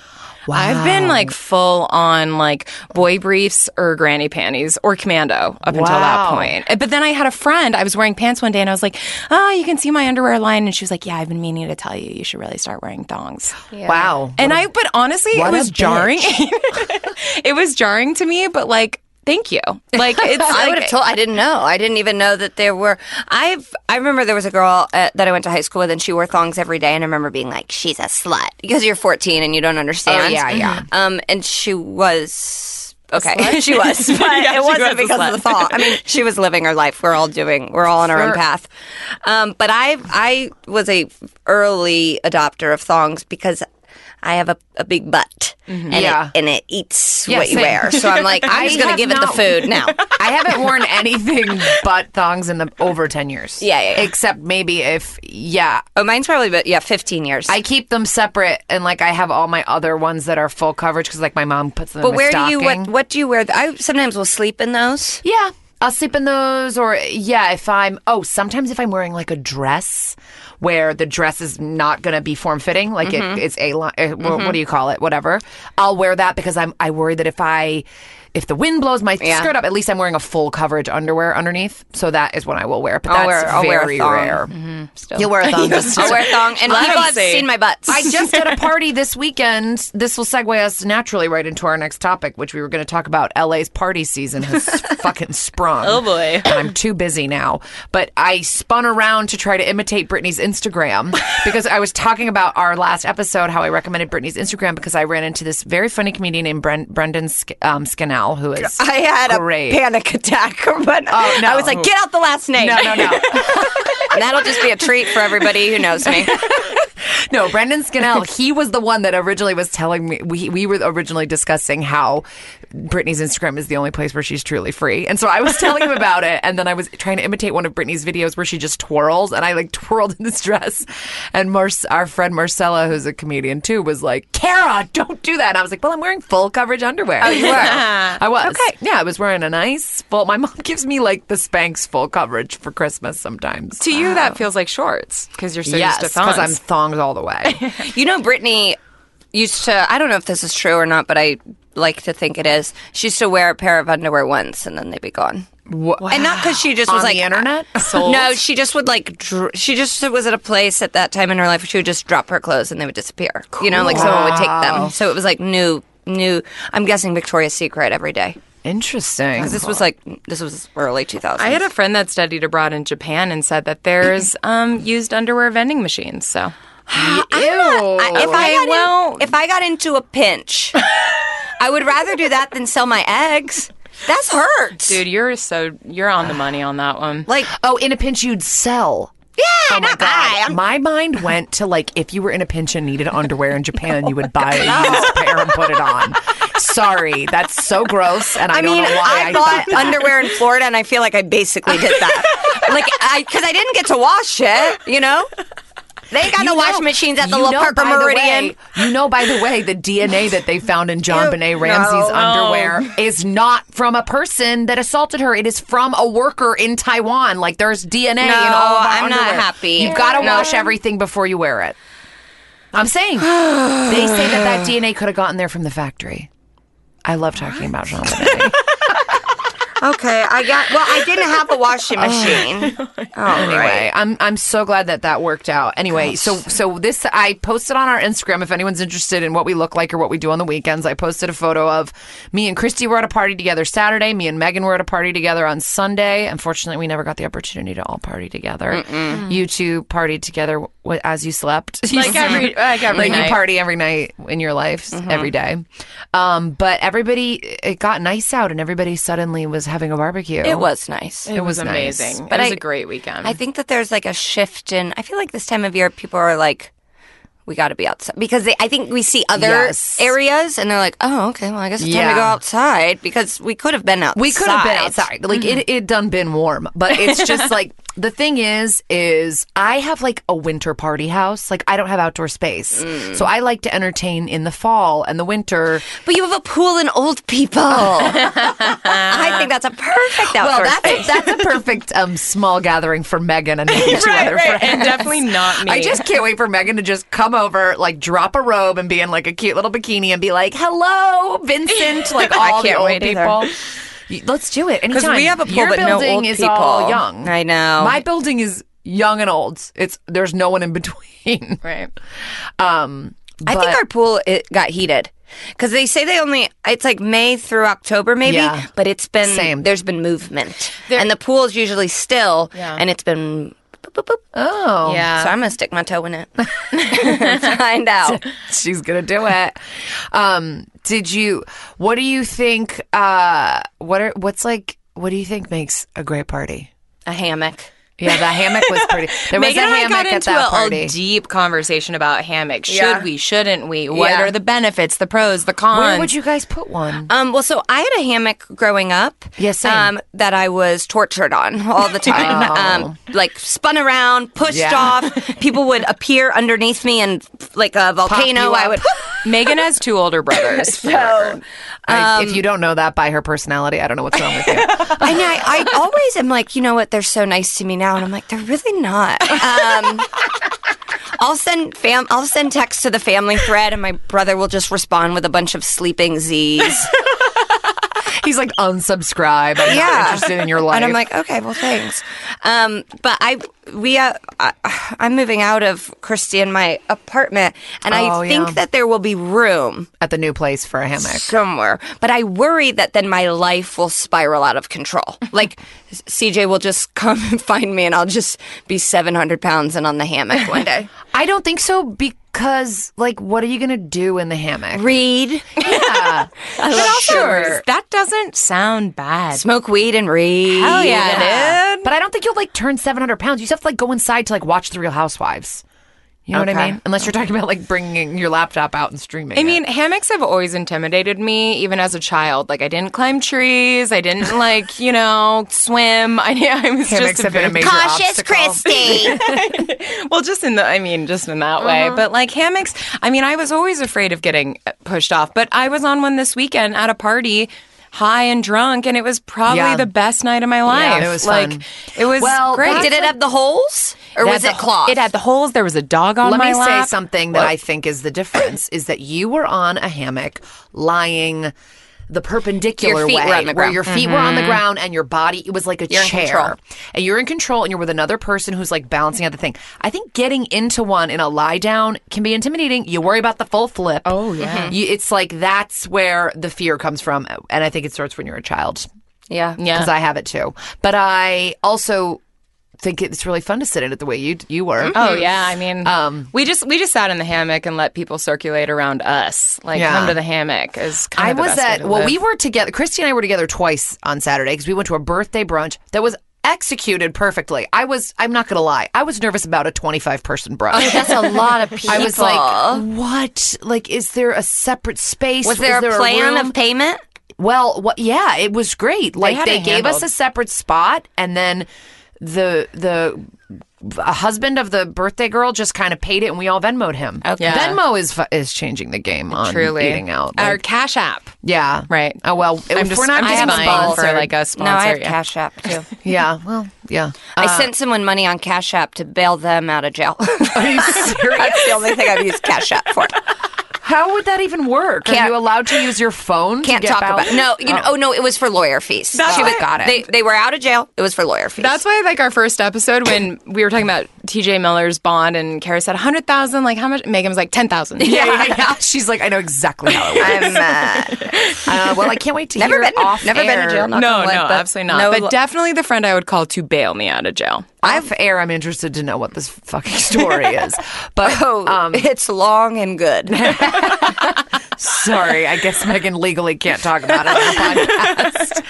[SPEAKER 3] I've been like full on like boy briefs or granny panties or commando up until
[SPEAKER 2] Wow.
[SPEAKER 3] that point. Uh, But then I had a friend. I was wearing pants one day and I was like, "Oh, you can see my underwear line." And she was like, "Yeah, I've been meaning to tell you. You should really start wearing thongs."
[SPEAKER 2] wow.
[SPEAKER 3] And I, but honestly,
[SPEAKER 2] what
[SPEAKER 3] it
[SPEAKER 2] a
[SPEAKER 3] was
[SPEAKER 2] bitch.
[SPEAKER 3] jarring. it was jarring to me, but like, thank you. Like, it's
[SPEAKER 4] I
[SPEAKER 3] like,
[SPEAKER 4] would have told. I didn't know. I didn't even know that there were. I've. I remember there was a girl uh, that I went to high school with, and she wore thongs every day. And I remember being like, "She's a slut," because you're 14 and you don't
[SPEAKER 3] Oh,
[SPEAKER 4] understand.
[SPEAKER 2] yeah, yeah.
[SPEAKER 4] Um, and she was okay. she was, but
[SPEAKER 3] Yeah,
[SPEAKER 4] it
[SPEAKER 3] she was
[SPEAKER 4] wasn't
[SPEAKER 3] a
[SPEAKER 4] because of
[SPEAKER 3] slut.
[SPEAKER 4] the thong. I mean, she was living her life. We're all doing. We're all on our own
[SPEAKER 2] Sure.
[SPEAKER 4] path. Um, but I, I was a early adopter of thongs because. I have a, a big butt,
[SPEAKER 3] Mm-hmm.
[SPEAKER 4] and,
[SPEAKER 2] Yeah.
[SPEAKER 4] it, and it eats
[SPEAKER 2] Yeah,
[SPEAKER 4] what you
[SPEAKER 2] same.
[SPEAKER 4] wear. So I'm like, I'm
[SPEAKER 2] I
[SPEAKER 4] just gonna
[SPEAKER 2] have
[SPEAKER 4] give it the
[SPEAKER 2] not-
[SPEAKER 4] food now.
[SPEAKER 2] I haven't worn anything but thongs in the over 10 years.
[SPEAKER 4] Yeah, yeah, yeah.
[SPEAKER 2] Except maybe if, yeah,
[SPEAKER 4] Oh, mine's probably about yeah, fifteen years.
[SPEAKER 2] I keep them separate and like I have all my other ones that are full coverage because like my mom puts them in
[SPEAKER 4] but
[SPEAKER 2] my
[SPEAKER 4] where do you
[SPEAKER 2] stocking.
[SPEAKER 4] what what do you wear? I sometimes will sleep in those.
[SPEAKER 2] Yeah. I'll sleep in those, or yeah, if I'm, oh, sometimes if I'm wearing like a dress where the dress is not going to be form fitting, like
[SPEAKER 4] Mm-hmm.
[SPEAKER 2] it, it's a line, what do you call it? Whatever. I'll wear that because I'm, I worry that if I, if the wind blows my
[SPEAKER 4] Yeah.
[SPEAKER 2] skirt up, at least I'm wearing a full coverage underwear underneath. So that is what I will wear. But
[SPEAKER 4] I'll
[SPEAKER 2] that's
[SPEAKER 4] wear- I'll wear a
[SPEAKER 2] very
[SPEAKER 4] thong.
[SPEAKER 2] rare.
[SPEAKER 4] Still.
[SPEAKER 2] You'll wear a thong. just
[SPEAKER 4] I'll wear a thong, and
[SPEAKER 3] Let
[SPEAKER 4] people
[SPEAKER 3] him
[SPEAKER 4] have
[SPEAKER 3] see.
[SPEAKER 4] seen my butts.
[SPEAKER 2] I just at a party this weekend. This will segue us naturally right into our next topic, which we were going to talk about. LA's party season has fucking sprung. Oh
[SPEAKER 3] boy.
[SPEAKER 2] And I'm too busy now. But I spun around to try to imitate Britney's Instagram because I was talking about our last episode how I recommended Britney's Instagram because I ran into this very funny comedian named Bren- Brendan Sk- um, Skinnell who is
[SPEAKER 4] I had
[SPEAKER 2] great.
[SPEAKER 4] a panic attack, but
[SPEAKER 2] Oh, no.
[SPEAKER 4] I was like, get out the last name.
[SPEAKER 2] no, no, no.
[SPEAKER 4] and that'll just be a treat for everybody who knows me.
[SPEAKER 2] No, Brendan Skinnell, he was the one that originally was telling me we we were originally discussing how Britney's Instagram is the only place where she's truly free. And so I was telling him about it and then I was trying to imitate one of Britney's videos where she just twirls and I like twirled in this dress and Mar- our friend Marcella who's a comedian too was like, "Kara, don't do that." And I was like, "Well, I'm wearing full coverage underwear." Oh, you were. I was. Okay. Yeah, I was wearing a nice full my mom gives me like the Spanx full coverage for Christmas sometimes. Uh-huh.
[SPEAKER 3] to you, that feels like shorts because you're so
[SPEAKER 2] Yes,
[SPEAKER 3] used to thongs.
[SPEAKER 2] because I'm thongs all the way.
[SPEAKER 4] You know, Brittany used to. I don't know if this is true or not, but I like to think it is. She used to wear a pair of underwear once, and then they'd be gone. And not because she just
[SPEAKER 2] On
[SPEAKER 4] was like
[SPEAKER 2] the internet? Sold?
[SPEAKER 4] No, she just would like. Dr- she just was at a place at that time in her life where she would just drop her clothes and they would disappear. You know, like someone would take them. So it was like new, new. I'm guessing Victoria's Secret every day.
[SPEAKER 2] Interesting.
[SPEAKER 4] This was like this was early 2000s.
[SPEAKER 3] I had a friend that studied abroad in Japan and said that there's um, used underwear vending machines. So
[SPEAKER 4] I'm not- I- if Oh. I
[SPEAKER 3] Okay,
[SPEAKER 4] got in-
[SPEAKER 3] well-
[SPEAKER 4] if I got into a pinch, I would rather do that than sell my eggs. That's hurt,
[SPEAKER 3] Dude, you're so you're on the money on that one.
[SPEAKER 4] Like,
[SPEAKER 2] Oh, in a pinch, you'd sell.
[SPEAKER 4] yeah,
[SPEAKER 2] Oh my
[SPEAKER 4] not buy.
[SPEAKER 2] god!
[SPEAKER 4] I'm-
[SPEAKER 2] My mind went to like if you were in a pinch and needed underwear in Japan, you would buy a used pair and put it on. Sorry, that's so gross, and I,
[SPEAKER 4] I mean,
[SPEAKER 2] don't know why
[SPEAKER 4] I
[SPEAKER 2] I thought
[SPEAKER 4] bought
[SPEAKER 2] that.
[SPEAKER 4] underwear in Florida, and I feel like I basically did that. like, I because I didn't get to wash it, you know. They ain't got no
[SPEAKER 2] You
[SPEAKER 4] wash
[SPEAKER 2] know-
[SPEAKER 4] machines at the
[SPEAKER 2] you
[SPEAKER 4] little
[SPEAKER 2] know,
[SPEAKER 4] Parker
[SPEAKER 2] by the
[SPEAKER 4] Meridian.
[SPEAKER 2] way- you know, by the way, the DNA that they found in John
[SPEAKER 4] Ew,
[SPEAKER 2] Benet Ramsey's
[SPEAKER 4] no. Oh.
[SPEAKER 2] underwear is not from a person that assaulted her. It is from a worker in Taiwan. Like there's DNA in
[SPEAKER 4] No,
[SPEAKER 2] all of our
[SPEAKER 4] I'm not
[SPEAKER 2] underwear.
[SPEAKER 4] happy.
[SPEAKER 2] You've got to
[SPEAKER 4] No.
[SPEAKER 2] wash everything before you wear it. I'm saying they say that that DNA could have gotten there from the factory. I love talking about John Benet.
[SPEAKER 4] Okay, I got. Well, I didn't have a washing machine.
[SPEAKER 2] anyway, I'm I'm so glad that that worked out. Anyway, so so this I posted on our Instagram if anyone's interested in what we look like or what we do on the weekends. I posted a photo of me and Christy were at a party together Saturday. Me and Megan were at a party together on Sunday. Unfortunately, we never got the opportunity to all party together. You two partied together w- as you slept.
[SPEAKER 3] Like every like every
[SPEAKER 2] Like
[SPEAKER 3] night.
[SPEAKER 2] you party every night in your life, every day. Um, but everybody, it got nice out, and everybody suddenly was having a barbecue.
[SPEAKER 4] It was nice.
[SPEAKER 3] it was,
[SPEAKER 2] was nice.
[SPEAKER 3] amazing.
[SPEAKER 4] But
[SPEAKER 3] it was
[SPEAKER 4] I-
[SPEAKER 3] a great weekend.
[SPEAKER 4] I think that there's like a shift in. I feel like this time of year, people are like, "We got to be outside," because they, I think we see other
[SPEAKER 2] Yes.
[SPEAKER 4] areas and they're like, "Oh, okay, well, I guess it's time
[SPEAKER 2] Yeah.
[SPEAKER 4] to go outside," because we could have been outside.
[SPEAKER 2] We could have been outside. Like it, it done been warm, but it's just like the thing is, is I have like a winter party house. Like I don't have outdoor space, so I like to entertain in the fall and the winter.
[SPEAKER 4] But you have a pool and old people. I think that's a perfect outdoor
[SPEAKER 2] Well, that's
[SPEAKER 4] space.
[SPEAKER 2] a, that's a perfect um, small gathering for Megan and maybe two other friends.
[SPEAKER 3] And definitely not me.
[SPEAKER 2] I just can't wait for Megan to just come over, like drop a robe and be in like a cute little bikini and be like, "Hello, Vincent!" Like all
[SPEAKER 3] I
[SPEAKER 2] the
[SPEAKER 3] can't
[SPEAKER 2] old
[SPEAKER 3] wait either.
[SPEAKER 2] people. Y- Let's do it anytime.
[SPEAKER 4] Because we have a pool,
[SPEAKER 2] Your
[SPEAKER 4] but no
[SPEAKER 2] building
[SPEAKER 4] old
[SPEAKER 2] is all
[SPEAKER 4] people.
[SPEAKER 2] young.
[SPEAKER 4] I know.
[SPEAKER 2] My building is young and old. It's there's no one in between.
[SPEAKER 3] right.
[SPEAKER 2] Um,
[SPEAKER 4] I
[SPEAKER 2] but-
[SPEAKER 4] think our pool it got heated because they say they only it's like May through October maybe,
[SPEAKER 2] Yeah.
[SPEAKER 4] but it's been
[SPEAKER 2] Same.
[SPEAKER 4] there's been movement and the pool is usually still
[SPEAKER 3] Yeah.
[SPEAKER 4] and it's been. boop, boop, boop.
[SPEAKER 2] oh
[SPEAKER 3] Yeah.
[SPEAKER 4] So I'm gonna stick my toe in it. Find out.
[SPEAKER 2] she's gonna do it. Um, did you? What do you think? Uh, what are what's like? What do you think makes a great party?
[SPEAKER 4] A hammock.
[SPEAKER 2] Yeah, the hammock was pretty. There was
[SPEAKER 3] Megan
[SPEAKER 2] a
[SPEAKER 3] and I
[SPEAKER 2] hammock
[SPEAKER 3] got
[SPEAKER 2] at
[SPEAKER 3] into
[SPEAKER 2] that
[SPEAKER 3] a,
[SPEAKER 2] party.
[SPEAKER 3] a deep conversation about hammocks. Should
[SPEAKER 4] Yeah.
[SPEAKER 3] we? Shouldn't we? What
[SPEAKER 4] Yeah.
[SPEAKER 3] are the benefits, the pros, the cons?
[SPEAKER 2] Where would you guys put one?
[SPEAKER 4] Um, well, so I had a hammock growing up.
[SPEAKER 2] Yeah, same.
[SPEAKER 4] Um, that I was tortured on all the time. Um, like spun around, pushed
[SPEAKER 2] Yeah.
[SPEAKER 4] off. People would appear underneath me, and like a volcano,
[SPEAKER 2] you
[SPEAKER 4] I
[SPEAKER 2] up.
[SPEAKER 4] would.
[SPEAKER 3] Megan has two older brothers. for the record.
[SPEAKER 2] I, if you don't know that by her personality, I don't know what's wrong with you.
[SPEAKER 4] I know. I, I always am like, you know what? They're so nice to me now, and I'm like, they're really not. Um, I'll send fam. I'll send text to the family thread, and my brother will just respond with a bunch of sleeping Z's.
[SPEAKER 2] He's like unsubscribe. I'm not
[SPEAKER 4] Yeah.
[SPEAKER 2] interested in your life.
[SPEAKER 4] And I'm like, okay, well, thanks. Um, but I, we, uh, I, I'm moving out of Christy and my apartment, and
[SPEAKER 2] Oh,
[SPEAKER 4] I think
[SPEAKER 2] yeah.
[SPEAKER 4] that there will be room
[SPEAKER 2] at the new place for a hammock.
[SPEAKER 4] somewhere. But I worry that then my life will spiral out of control. Like CJ will just come and find me, and I'll just be 700 pounds and on the hammock one day.
[SPEAKER 2] I don't think so because, like, what are you gonna do in the hammock?
[SPEAKER 4] Read,
[SPEAKER 2] Yeah,
[SPEAKER 4] I love
[SPEAKER 3] Sure. That doesn't sound bad.
[SPEAKER 4] smoke weed, and read.
[SPEAKER 3] Hell yeah, it
[SPEAKER 2] Yeah. But I don't think you'll like turn 700 pounds. You just have to like go inside to like watch The Real Housewives. You know what I
[SPEAKER 4] Okay.
[SPEAKER 2] mean? Unless you're talking about like bringing your laptop out and streaming.
[SPEAKER 3] I mean, hammocks have always intimidated me, even as a child. Like, I didn't climb trees. I didn't, like, you know, swim. I, I was
[SPEAKER 2] hammocks
[SPEAKER 3] just a
[SPEAKER 2] have been a
[SPEAKER 3] bit,
[SPEAKER 2] major
[SPEAKER 4] Cautious
[SPEAKER 2] obstacle.
[SPEAKER 4] Christy.
[SPEAKER 3] well, just in the, I mean, just in that
[SPEAKER 2] Uh-huh.
[SPEAKER 3] way. But like hammocks, I mean, I was always afraid of getting uh, pushed off. But I was on one this weekend at a party. High and drunk, and it was probably
[SPEAKER 2] Yeah.
[SPEAKER 3] the best night of my life.
[SPEAKER 2] it was
[SPEAKER 3] like
[SPEAKER 2] fun.
[SPEAKER 3] it was
[SPEAKER 2] Well,
[SPEAKER 3] great.
[SPEAKER 2] that's
[SPEAKER 4] Did it have the holes, or
[SPEAKER 3] It
[SPEAKER 4] was
[SPEAKER 3] had
[SPEAKER 4] it
[SPEAKER 3] the-
[SPEAKER 4] cloth?
[SPEAKER 3] It had the holes. There was a dog on
[SPEAKER 2] Let
[SPEAKER 3] my
[SPEAKER 2] me say
[SPEAKER 3] lap.
[SPEAKER 2] something that I think is the difference is that you were on a hammock lying the perpendicular
[SPEAKER 4] Your feet
[SPEAKER 2] way
[SPEAKER 4] were on the
[SPEAKER 2] where
[SPEAKER 4] ground.
[SPEAKER 2] your feet were on the ground and your body it was like a
[SPEAKER 4] You're in
[SPEAKER 2] chair
[SPEAKER 4] control.
[SPEAKER 2] and you're in control and you're with another person who's like balancing out the thing i think getting into one in a lie down can be intimidating you worry about the full flip oh yeah you, it's like that's where the fear comes from and i think it starts when you're a child
[SPEAKER 4] yeah,
[SPEAKER 3] Yeah.
[SPEAKER 2] because I have it too. But I also think it's really fun to sit in it the way you you
[SPEAKER 4] Mm-hmm.
[SPEAKER 2] were.
[SPEAKER 3] Oh yeah, I mean,
[SPEAKER 2] Um,
[SPEAKER 3] we just we just sat in the hammock and let people circulate around us. Like
[SPEAKER 2] Yeah.
[SPEAKER 3] come to the hammock is kind
[SPEAKER 2] I
[SPEAKER 3] of the
[SPEAKER 2] was
[SPEAKER 3] best way
[SPEAKER 2] at
[SPEAKER 3] to
[SPEAKER 2] well,
[SPEAKER 3] live.
[SPEAKER 2] we were together. Christy and I were together twice on Saturday because we went to a birthday brunch that was executed perfectly. I was I'm not gonna lie, I was nervous about a 25 person brunch.
[SPEAKER 4] That's a lot of people.
[SPEAKER 2] I was like, what? Like, is there a separate space?
[SPEAKER 4] was there,
[SPEAKER 2] Is
[SPEAKER 4] a plan
[SPEAKER 2] room?
[SPEAKER 4] of payment?
[SPEAKER 2] Well, what? Yeah, it was great. Like
[SPEAKER 3] had
[SPEAKER 2] they,
[SPEAKER 3] it
[SPEAKER 2] gave us
[SPEAKER 3] handled.
[SPEAKER 2] a separate spot, and then the the a husband of the birthday girl just kind of paid it, and we all Venmoed him. Okay.
[SPEAKER 3] Yeah.
[SPEAKER 2] Venmo is fu- is changing the game on
[SPEAKER 3] truly
[SPEAKER 2] eating out.
[SPEAKER 3] our
[SPEAKER 2] Like,
[SPEAKER 3] Cash App.
[SPEAKER 2] yeah,
[SPEAKER 3] Right.
[SPEAKER 2] Oh well, if
[SPEAKER 3] I'm just
[SPEAKER 2] we're not
[SPEAKER 3] I'm just
[SPEAKER 2] getting
[SPEAKER 3] buying
[SPEAKER 2] sponsored-
[SPEAKER 3] for like a sponsor.
[SPEAKER 4] no, I have
[SPEAKER 3] yeah.
[SPEAKER 4] Cash App too.
[SPEAKER 2] yeah, well, yeah.
[SPEAKER 4] I sent someone money on Cash App to bail them out of jail. Are you serious? That's the only thing I've used Cash App for.
[SPEAKER 2] How would that even work? Are
[SPEAKER 4] Can't-
[SPEAKER 2] you allowed to use your phone? to
[SPEAKER 4] Can't
[SPEAKER 2] get
[SPEAKER 4] talk
[SPEAKER 2] ballot-
[SPEAKER 4] about. No, you know. Oh no, it was for lawyer fees.
[SPEAKER 3] That's
[SPEAKER 4] She
[SPEAKER 3] why-
[SPEAKER 4] was- They, they were out of jail. It was for lawyer fees.
[SPEAKER 3] That's why, like our first episode, when we were talking about T.J. Miller's bond, and Kara said hundred thousand, like how much? Megan was like ten thousand.
[SPEAKER 2] Yeah, yeah. She's like, I know exactly how it works.
[SPEAKER 4] I'm, uh,
[SPEAKER 2] Uh, well, I can't wait to
[SPEAKER 4] never
[SPEAKER 2] hear
[SPEAKER 4] been
[SPEAKER 2] off
[SPEAKER 4] never been
[SPEAKER 2] air.
[SPEAKER 4] to jail. knock
[SPEAKER 3] No,
[SPEAKER 4] on wood,
[SPEAKER 3] no,
[SPEAKER 4] but
[SPEAKER 3] absolutely not.
[SPEAKER 4] no
[SPEAKER 3] but definitely the friend I would call to bail me out of jail.
[SPEAKER 2] Off air, I'm interested to know what this fucking story is. But
[SPEAKER 4] Oh, it's long and good.
[SPEAKER 2] sorry, I guess Megan legally can't talk about it on the podcast.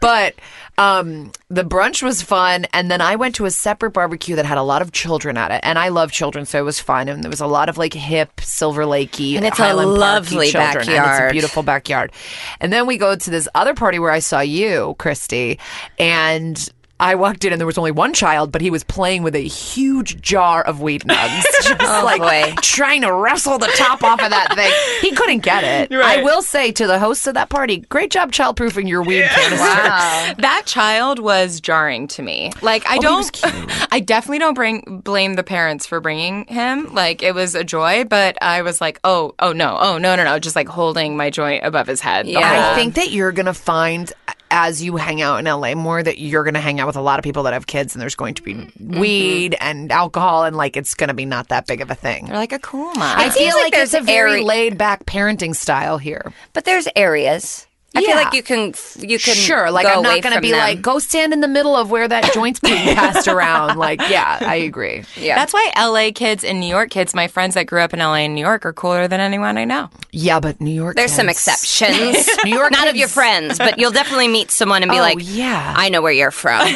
[SPEAKER 2] But um, the brunch was fun, and then I went to a separate barbecue that had a lot of children at it, and I love children, so it was fun. And there was a lot of like hip Silver Lakey,
[SPEAKER 4] And it's a
[SPEAKER 2] Highland Parky
[SPEAKER 4] lovely
[SPEAKER 2] children, and it's a
[SPEAKER 4] backyard.
[SPEAKER 2] beautiful backyard. And then we go to this other party where I saw you, Christy, and. I walked in and there was only one child, but he was playing with a huge jar of wheat nugs, just like
[SPEAKER 4] boy.
[SPEAKER 2] trying to wrestle the top off of that thing. He couldn't get it.
[SPEAKER 3] Right.
[SPEAKER 2] I will say to the hosts of that party, great job childproofing your weed canister.
[SPEAKER 3] That child was jarring to me. Like
[SPEAKER 4] Oh,
[SPEAKER 3] I don't, I definitely don't bring blame the parents for bringing him. Like it was a joy, but I was like, oh, oh no, oh no, no, no, just like holding my joint above his head. the
[SPEAKER 4] Yeah.
[SPEAKER 3] whole-
[SPEAKER 2] I think that you're going to find as you hang out in LA more that you're going to hang out with a lot of people that have kids and there's going to be
[SPEAKER 4] Mm-hmm.
[SPEAKER 2] weed and alcohol and like it's going to be not that big of a thing.
[SPEAKER 3] They're like a cool mom.
[SPEAKER 2] I feel
[SPEAKER 4] seems like
[SPEAKER 2] like it's a
[SPEAKER 4] there's
[SPEAKER 2] very
[SPEAKER 4] airy-
[SPEAKER 2] laid back parenting style here.
[SPEAKER 4] But there's areas. I
[SPEAKER 2] Yeah.
[SPEAKER 4] feel like you can you can
[SPEAKER 2] sure, like
[SPEAKER 4] go
[SPEAKER 2] I'm
[SPEAKER 4] away
[SPEAKER 2] not going to
[SPEAKER 4] from
[SPEAKER 2] be
[SPEAKER 4] them.
[SPEAKER 2] like go stand in the middle of where that joint's being passed around. Like, yeah, I agree.
[SPEAKER 4] Yeah.
[SPEAKER 3] That's why LA kids and New York kids, my friends that grew up in LA and New York, are cooler than anyone I know.
[SPEAKER 2] Yeah, but New York.
[SPEAKER 4] there's some
[SPEAKER 2] kids-
[SPEAKER 4] exceptions.
[SPEAKER 2] New York
[SPEAKER 4] not of
[SPEAKER 2] kids-
[SPEAKER 4] your friends, but you'll definitely meet someone and be
[SPEAKER 2] Oh,
[SPEAKER 4] like,
[SPEAKER 2] yeah.
[SPEAKER 4] I know where you're from."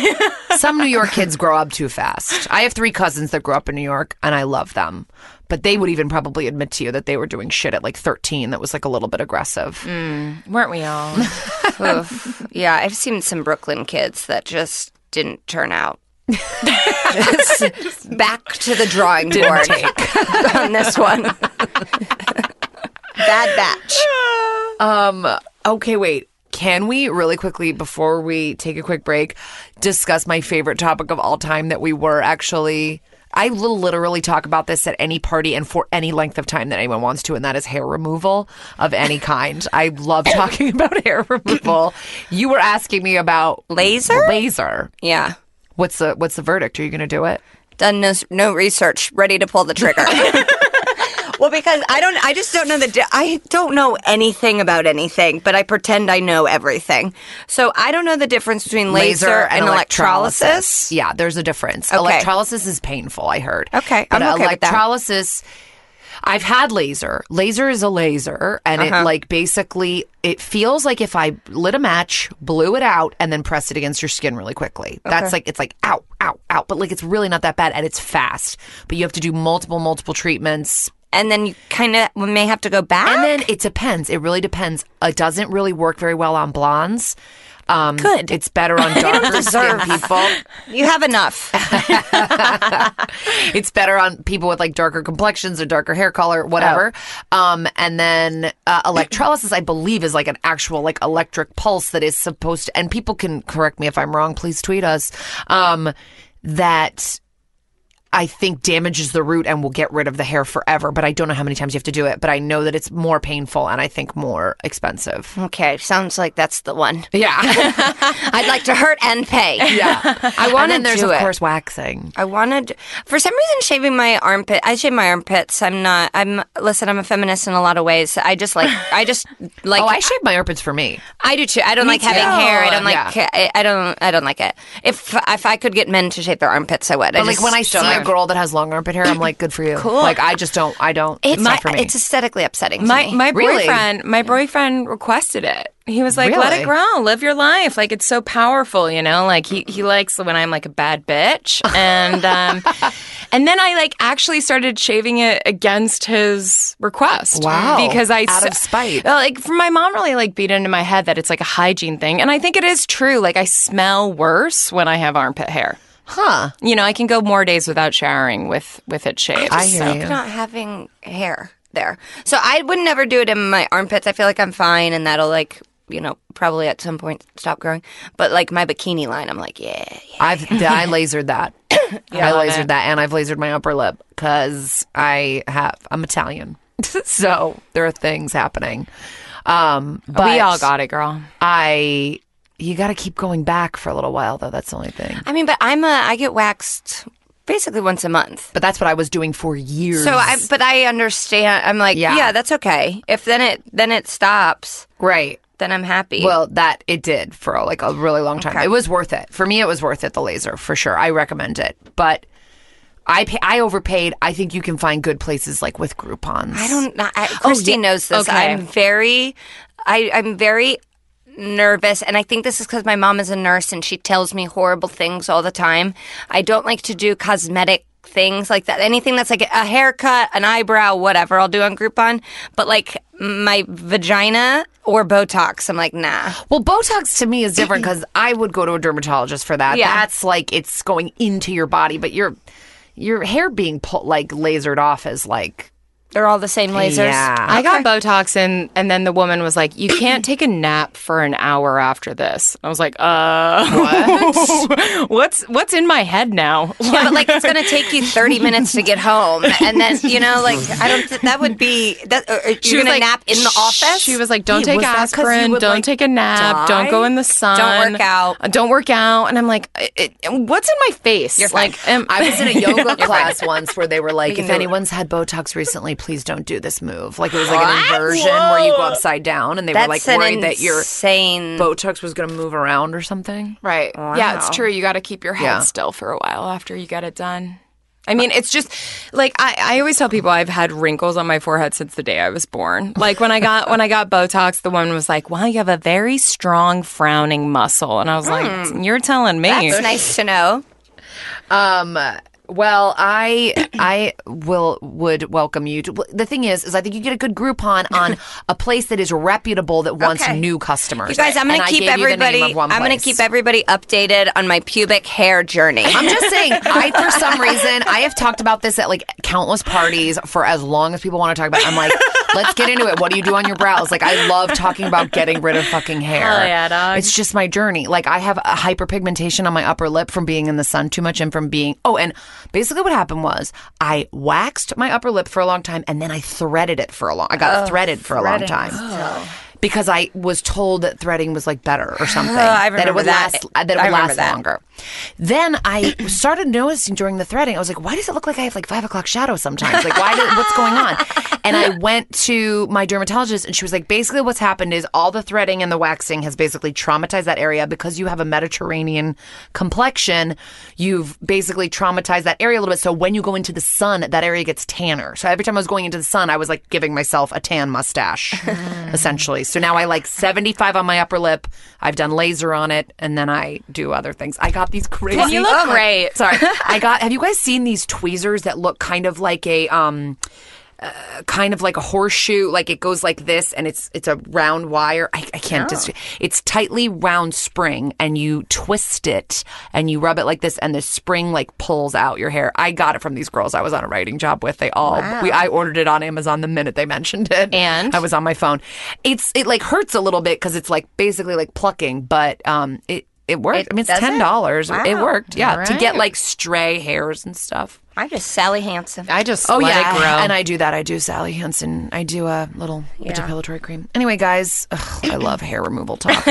[SPEAKER 2] Some New York kids grow up too fast. I have three cousins that grew up in New York, and I love them. But they would even probably admit to you that they were doing shit at like 13 that was like a little bit aggressive.
[SPEAKER 3] Weren't we all?
[SPEAKER 4] Oof. Yeah, I've seen some Brooklyn kids that just didn't turn out. Back to the drawing board on this one. Bad batch.
[SPEAKER 2] Um, okay, wait. Can we really quickly, before we take a quick break, discuss my favorite topic of all time that we were actually. I will literally talk about this at any party and for any length of time that anyone wants to, and that is hair removal of any kind. I love talking about hair removal. You were asking me about
[SPEAKER 4] Laser?
[SPEAKER 2] Laser.
[SPEAKER 4] Yeah.
[SPEAKER 2] What's the what's the verdict? Are you going to do it?
[SPEAKER 4] done no, no research, ready to pull the trigger. well, because I don't, I just don't know the, di- I don't know anything about anything, but I pretend I know everything. So I don't know the difference between laser, and, electrolysis.
[SPEAKER 2] Yeah, there's a difference.
[SPEAKER 4] Okay.
[SPEAKER 2] Electrolysis is painful. I heard.
[SPEAKER 4] Okay,
[SPEAKER 2] but
[SPEAKER 4] I'm okay with that.
[SPEAKER 2] electrolysis. I've had laser. Laser is a laser, and
[SPEAKER 4] Uh-huh.
[SPEAKER 2] it like basically it feels like if I lit a match, blew it out, and then pressed it against your skin really quickly. That's like it's like ow, ow, ow, but like it's really not that bad, and it's fast. But you have to do multiple, multiple treatments.
[SPEAKER 4] And then you kind of may have to go back.
[SPEAKER 2] And then it depends. It really depends. It doesn't really work very well on blondes. Um,
[SPEAKER 4] Good.
[SPEAKER 2] It's better on darker skin people.
[SPEAKER 4] you have enough.
[SPEAKER 2] It's better on people with like darker complexions or darker hair color, whatever.
[SPEAKER 4] Oh.
[SPEAKER 2] Um, and then uh, electrolysis, I believe, is like an actual like electric pulse that is supposed to. And people can correct me if I'm wrong. Please tweet us. Um, that I think damages the root and will get rid of the hair forever. But I don't know how many times you have to do it. But I know that it's more painful and I think more expensive.
[SPEAKER 4] Okay, sounds like that's the one.
[SPEAKER 2] Yeah,
[SPEAKER 4] I'd like to hurt and pay.
[SPEAKER 2] yeah.
[SPEAKER 4] I want
[SPEAKER 2] And
[SPEAKER 4] to
[SPEAKER 2] then there's
[SPEAKER 4] do
[SPEAKER 2] of
[SPEAKER 4] it.
[SPEAKER 2] course waxing.
[SPEAKER 4] I want to. For some reason, shaving my armpit. I shave my armpits. I'm not. I'm listen. I'm a feminist in a lot of ways. I just like. I just like.
[SPEAKER 2] Oh, I shave my armpits for me.
[SPEAKER 4] I do too. I don't like having
[SPEAKER 2] too.
[SPEAKER 4] hair. I don't like.
[SPEAKER 2] Yeah.
[SPEAKER 4] I, I don't. I don't like it. If if I could get men to shave their armpits, I would. I
[SPEAKER 2] But like
[SPEAKER 4] just
[SPEAKER 2] when I see
[SPEAKER 4] don't
[SPEAKER 2] a
[SPEAKER 4] know.
[SPEAKER 2] girl that has long armpit hair, I'm like, good for you. Cool. Like I just don't. I don't.
[SPEAKER 4] it's
[SPEAKER 2] it's not for me.
[SPEAKER 4] It's aesthetically upsetting. To
[SPEAKER 3] My
[SPEAKER 4] me.
[SPEAKER 3] my
[SPEAKER 2] Really?
[SPEAKER 3] boyfriend, my boyfriend requested it. He was like, "Let
[SPEAKER 2] Really?
[SPEAKER 3] it grow, live your life. Like it's so powerful, you know. Like he he likes when I'm like a bad bitch, and um, and then I like actually started shaving it against his request.
[SPEAKER 2] Wow.
[SPEAKER 3] because I
[SPEAKER 2] Out
[SPEAKER 3] so-
[SPEAKER 2] of spite.
[SPEAKER 3] Well, like for my mom really like beat into my head that it's like a hygiene thing, and I think it is true. Like I smell worse when I have armpit hair.
[SPEAKER 2] huh?
[SPEAKER 3] You know, I can go more days without showering with with it shaved.
[SPEAKER 2] I hear
[SPEAKER 3] so.
[SPEAKER 2] you.
[SPEAKER 4] not having hair there. So I would never do it in my armpits. I feel like I'm fine, and that'll like you know probably at some point stop growing. But like my bikini line, I'm like yeah. yeah.
[SPEAKER 2] I've th- I lasered that. I
[SPEAKER 3] love
[SPEAKER 2] lasered
[SPEAKER 3] it.
[SPEAKER 2] that, and I've lasered my upper lip because I have. I'm Italian, so there are things happening. Um, but
[SPEAKER 3] We all got it, girl.
[SPEAKER 2] I. You got to keep going back for a little while, though. That's the only thing.
[SPEAKER 4] I mean, but I'm a I get waxed basically once a month.
[SPEAKER 2] But that's what I was doing for years.
[SPEAKER 4] So I but I understand. I'm like
[SPEAKER 2] Yeah.
[SPEAKER 4] yeah, that's okay. If then it then it stops,
[SPEAKER 2] right.
[SPEAKER 4] then I'm happy.
[SPEAKER 2] Well, that it did for like a really long time. It was worth it for me. It was worth it. The laser for sure. I recommend it, but I pay, I overpaid. I think you can find good places like with Groupon's.
[SPEAKER 4] I don't. Not, Oh, I, Christy knows this.
[SPEAKER 3] Oh, Okay.
[SPEAKER 4] I'm very, I, I'm very nervous, and I think this is because my mom is a nurse and she tells me horrible things all the time. I don't like to do cosmetic things like that. Anything that's like a haircut, an eyebrow, whatever, I'll do on Groupon. But like my vagina or Botox, I'm like nah.
[SPEAKER 2] Well, Botox to me is different because I would go to a dermatologist for that.
[SPEAKER 4] Yeah.
[SPEAKER 2] That's like it's going into your body, but your your hair being pulled like lasered off is like
[SPEAKER 4] They're all the same lasers.
[SPEAKER 2] yeah.
[SPEAKER 3] I got Botox and and then the woman was like, "You can't take a nap for an hour after this." I was like, "Uh, what? what's what's in my head now?"
[SPEAKER 4] Yeah, but like it's gonna take you thirty minutes to get home, and then you know, like I don't. Th- that would be that. Or, you're
[SPEAKER 3] was
[SPEAKER 4] gonna
[SPEAKER 3] like-
[SPEAKER 4] nap in the office.
[SPEAKER 3] She was like, "Don't
[SPEAKER 2] Hey,
[SPEAKER 3] take
[SPEAKER 2] was that 'cause you
[SPEAKER 3] aspirin.
[SPEAKER 2] would,
[SPEAKER 3] Don't
[SPEAKER 2] like,
[SPEAKER 3] take a nap. Don't go
[SPEAKER 2] die?
[SPEAKER 3] in the sun.
[SPEAKER 4] work out."
[SPEAKER 3] uh, Don't work out." And I'm like, I- I- "What's in my face?" You're
[SPEAKER 4] fine.
[SPEAKER 3] like, am-
[SPEAKER 2] I was in a yoga class once where they were like,
[SPEAKER 4] can
[SPEAKER 2] if
[SPEAKER 4] do it."
[SPEAKER 2] anyone's had Botox recently, please don't do this move. Like it was like an inversion where you go upside down, and they were like
[SPEAKER 4] an
[SPEAKER 2] worried that your
[SPEAKER 4] insane.
[SPEAKER 2] Botox was going to move around or something.
[SPEAKER 3] Right. Yeah, it's true. You got to keep your head
[SPEAKER 2] Yeah.
[SPEAKER 3] still for a while after you get it done. I mean, it's just like I, I always tell people I've had wrinkles on my forehead since the day I was born. Like when I got when I got Botox, the woman was like, "Wow, you have a very strong frowning muscle," and I was like, "You're telling me."
[SPEAKER 4] It's nice to know.
[SPEAKER 2] Um. Well, I I will would welcome you to. The thing is, is I think you get a good Groupon on a place that is reputable that wants
[SPEAKER 4] Okay.
[SPEAKER 2] new customers.
[SPEAKER 4] You guys, I'm
[SPEAKER 2] And
[SPEAKER 4] gonna
[SPEAKER 2] I
[SPEAKER 4] keep
[SPEAKER 2] gave you the name
[SPEAKER 4] everybody.
[SPEAKER 2] of one
[SPEAKER 4] I'm gonna
[SPEAKER 2] place.
[SPEAKER 4] keep everybody updated on my pubic hair journey.
[SPEAKER 2] I'm just saying, I for some reason I have talked about this at like countless parties for as long as people want to talk about. it. I'm like, let's get into it. What do you do on your brows? Like, I love talking about getting rid of fucking hair.
[SPEAKER 3] Hell yeah, dog.
[SPEAKER 2] It's just my journey. Like, I have a hyperpigmentation on my upper lip from being in the sun too much and from being. Oh, and basically what happened was I waxed my upper lip for a long time and then I threaded it for a long. I got threaded for a long time.
[SPEAKER 3] Oh.
[SPEAKER 2] Because I was told that threading was like better or something. that it
[SPEAKER 4] remember
[SPEAKER 2] would
[SPEAKER 4] that.
[SPEAKER 2] last. That it
[SPEAKER 4] I
[SPEAKER 2] would
[SPEAKER 4] remember
[SPEAKER 2] last
[SPEAKER 4] that.
[SPEAKER 2] longer longer. Then I started noticing during the threading, I was like, why does it look like I have like five o'clock shadow sometimes? Like, why? Did, what's going on? And I went to my dermatologist, and she was like, basically, what's happened is all the threading and the waxing has basically traumatized that area because you have a Mediterranean complexion. You've basically traumatized that area a little bit. So when you go into the sun, that area gets tanner. So every time I was going into the sun, I was like giving myself a tan mustache,
[SPEAKER 3] Mm.
[SPEAKER 2] essentially. So now I like 75 on my upper lip. I've done laser on it, and then I do other things. I got these crazy. Oh
[SPEAKER 3] you look great.
[SPEAKER 2] Sorry, I got. Have you guys seen these tweezers that look kind of like a um, uh, kind of like a horseshoe? Like it goes like this, and it's it's a round wire. I, I can't.
[SPEAKER 4] Oh.
[SPEAKER 2] Just, it's tightly round spring, and you twist it, and you rub it like this, and the spring like pulls out your hair. I got it from these girls I was on a writing job with. They all we I ordered it on Amazon the minute they mentioned it,
[SPEAKER 3] And?
[SPEAKER 2] I was on my phone. It's it like hurts a little bit because it's like basically like plucking, but um it. it worked.
[SPEAKER 4] It
[SPEAKER 2] I mean, it's
[SPEAKER 4] does it?
[SPEAKER 2] ten dollars. It
[SPEAKER 4] Wow.
[SPEAKER 2] worked. Yeah, to
[SPEAKER 3] Alright.
[SPEAKER 2] get like stray hairs and stuff.
[SPEAKER 4] I'm just Sally Hansen.
[SPEAKER 3] I just let it grow.
[SPEAKER 2] Oh, and I do that. I do Sally Hansen. I do a little bit of depilatory cream. Anyway, guys, ugh, I love hair removal talk.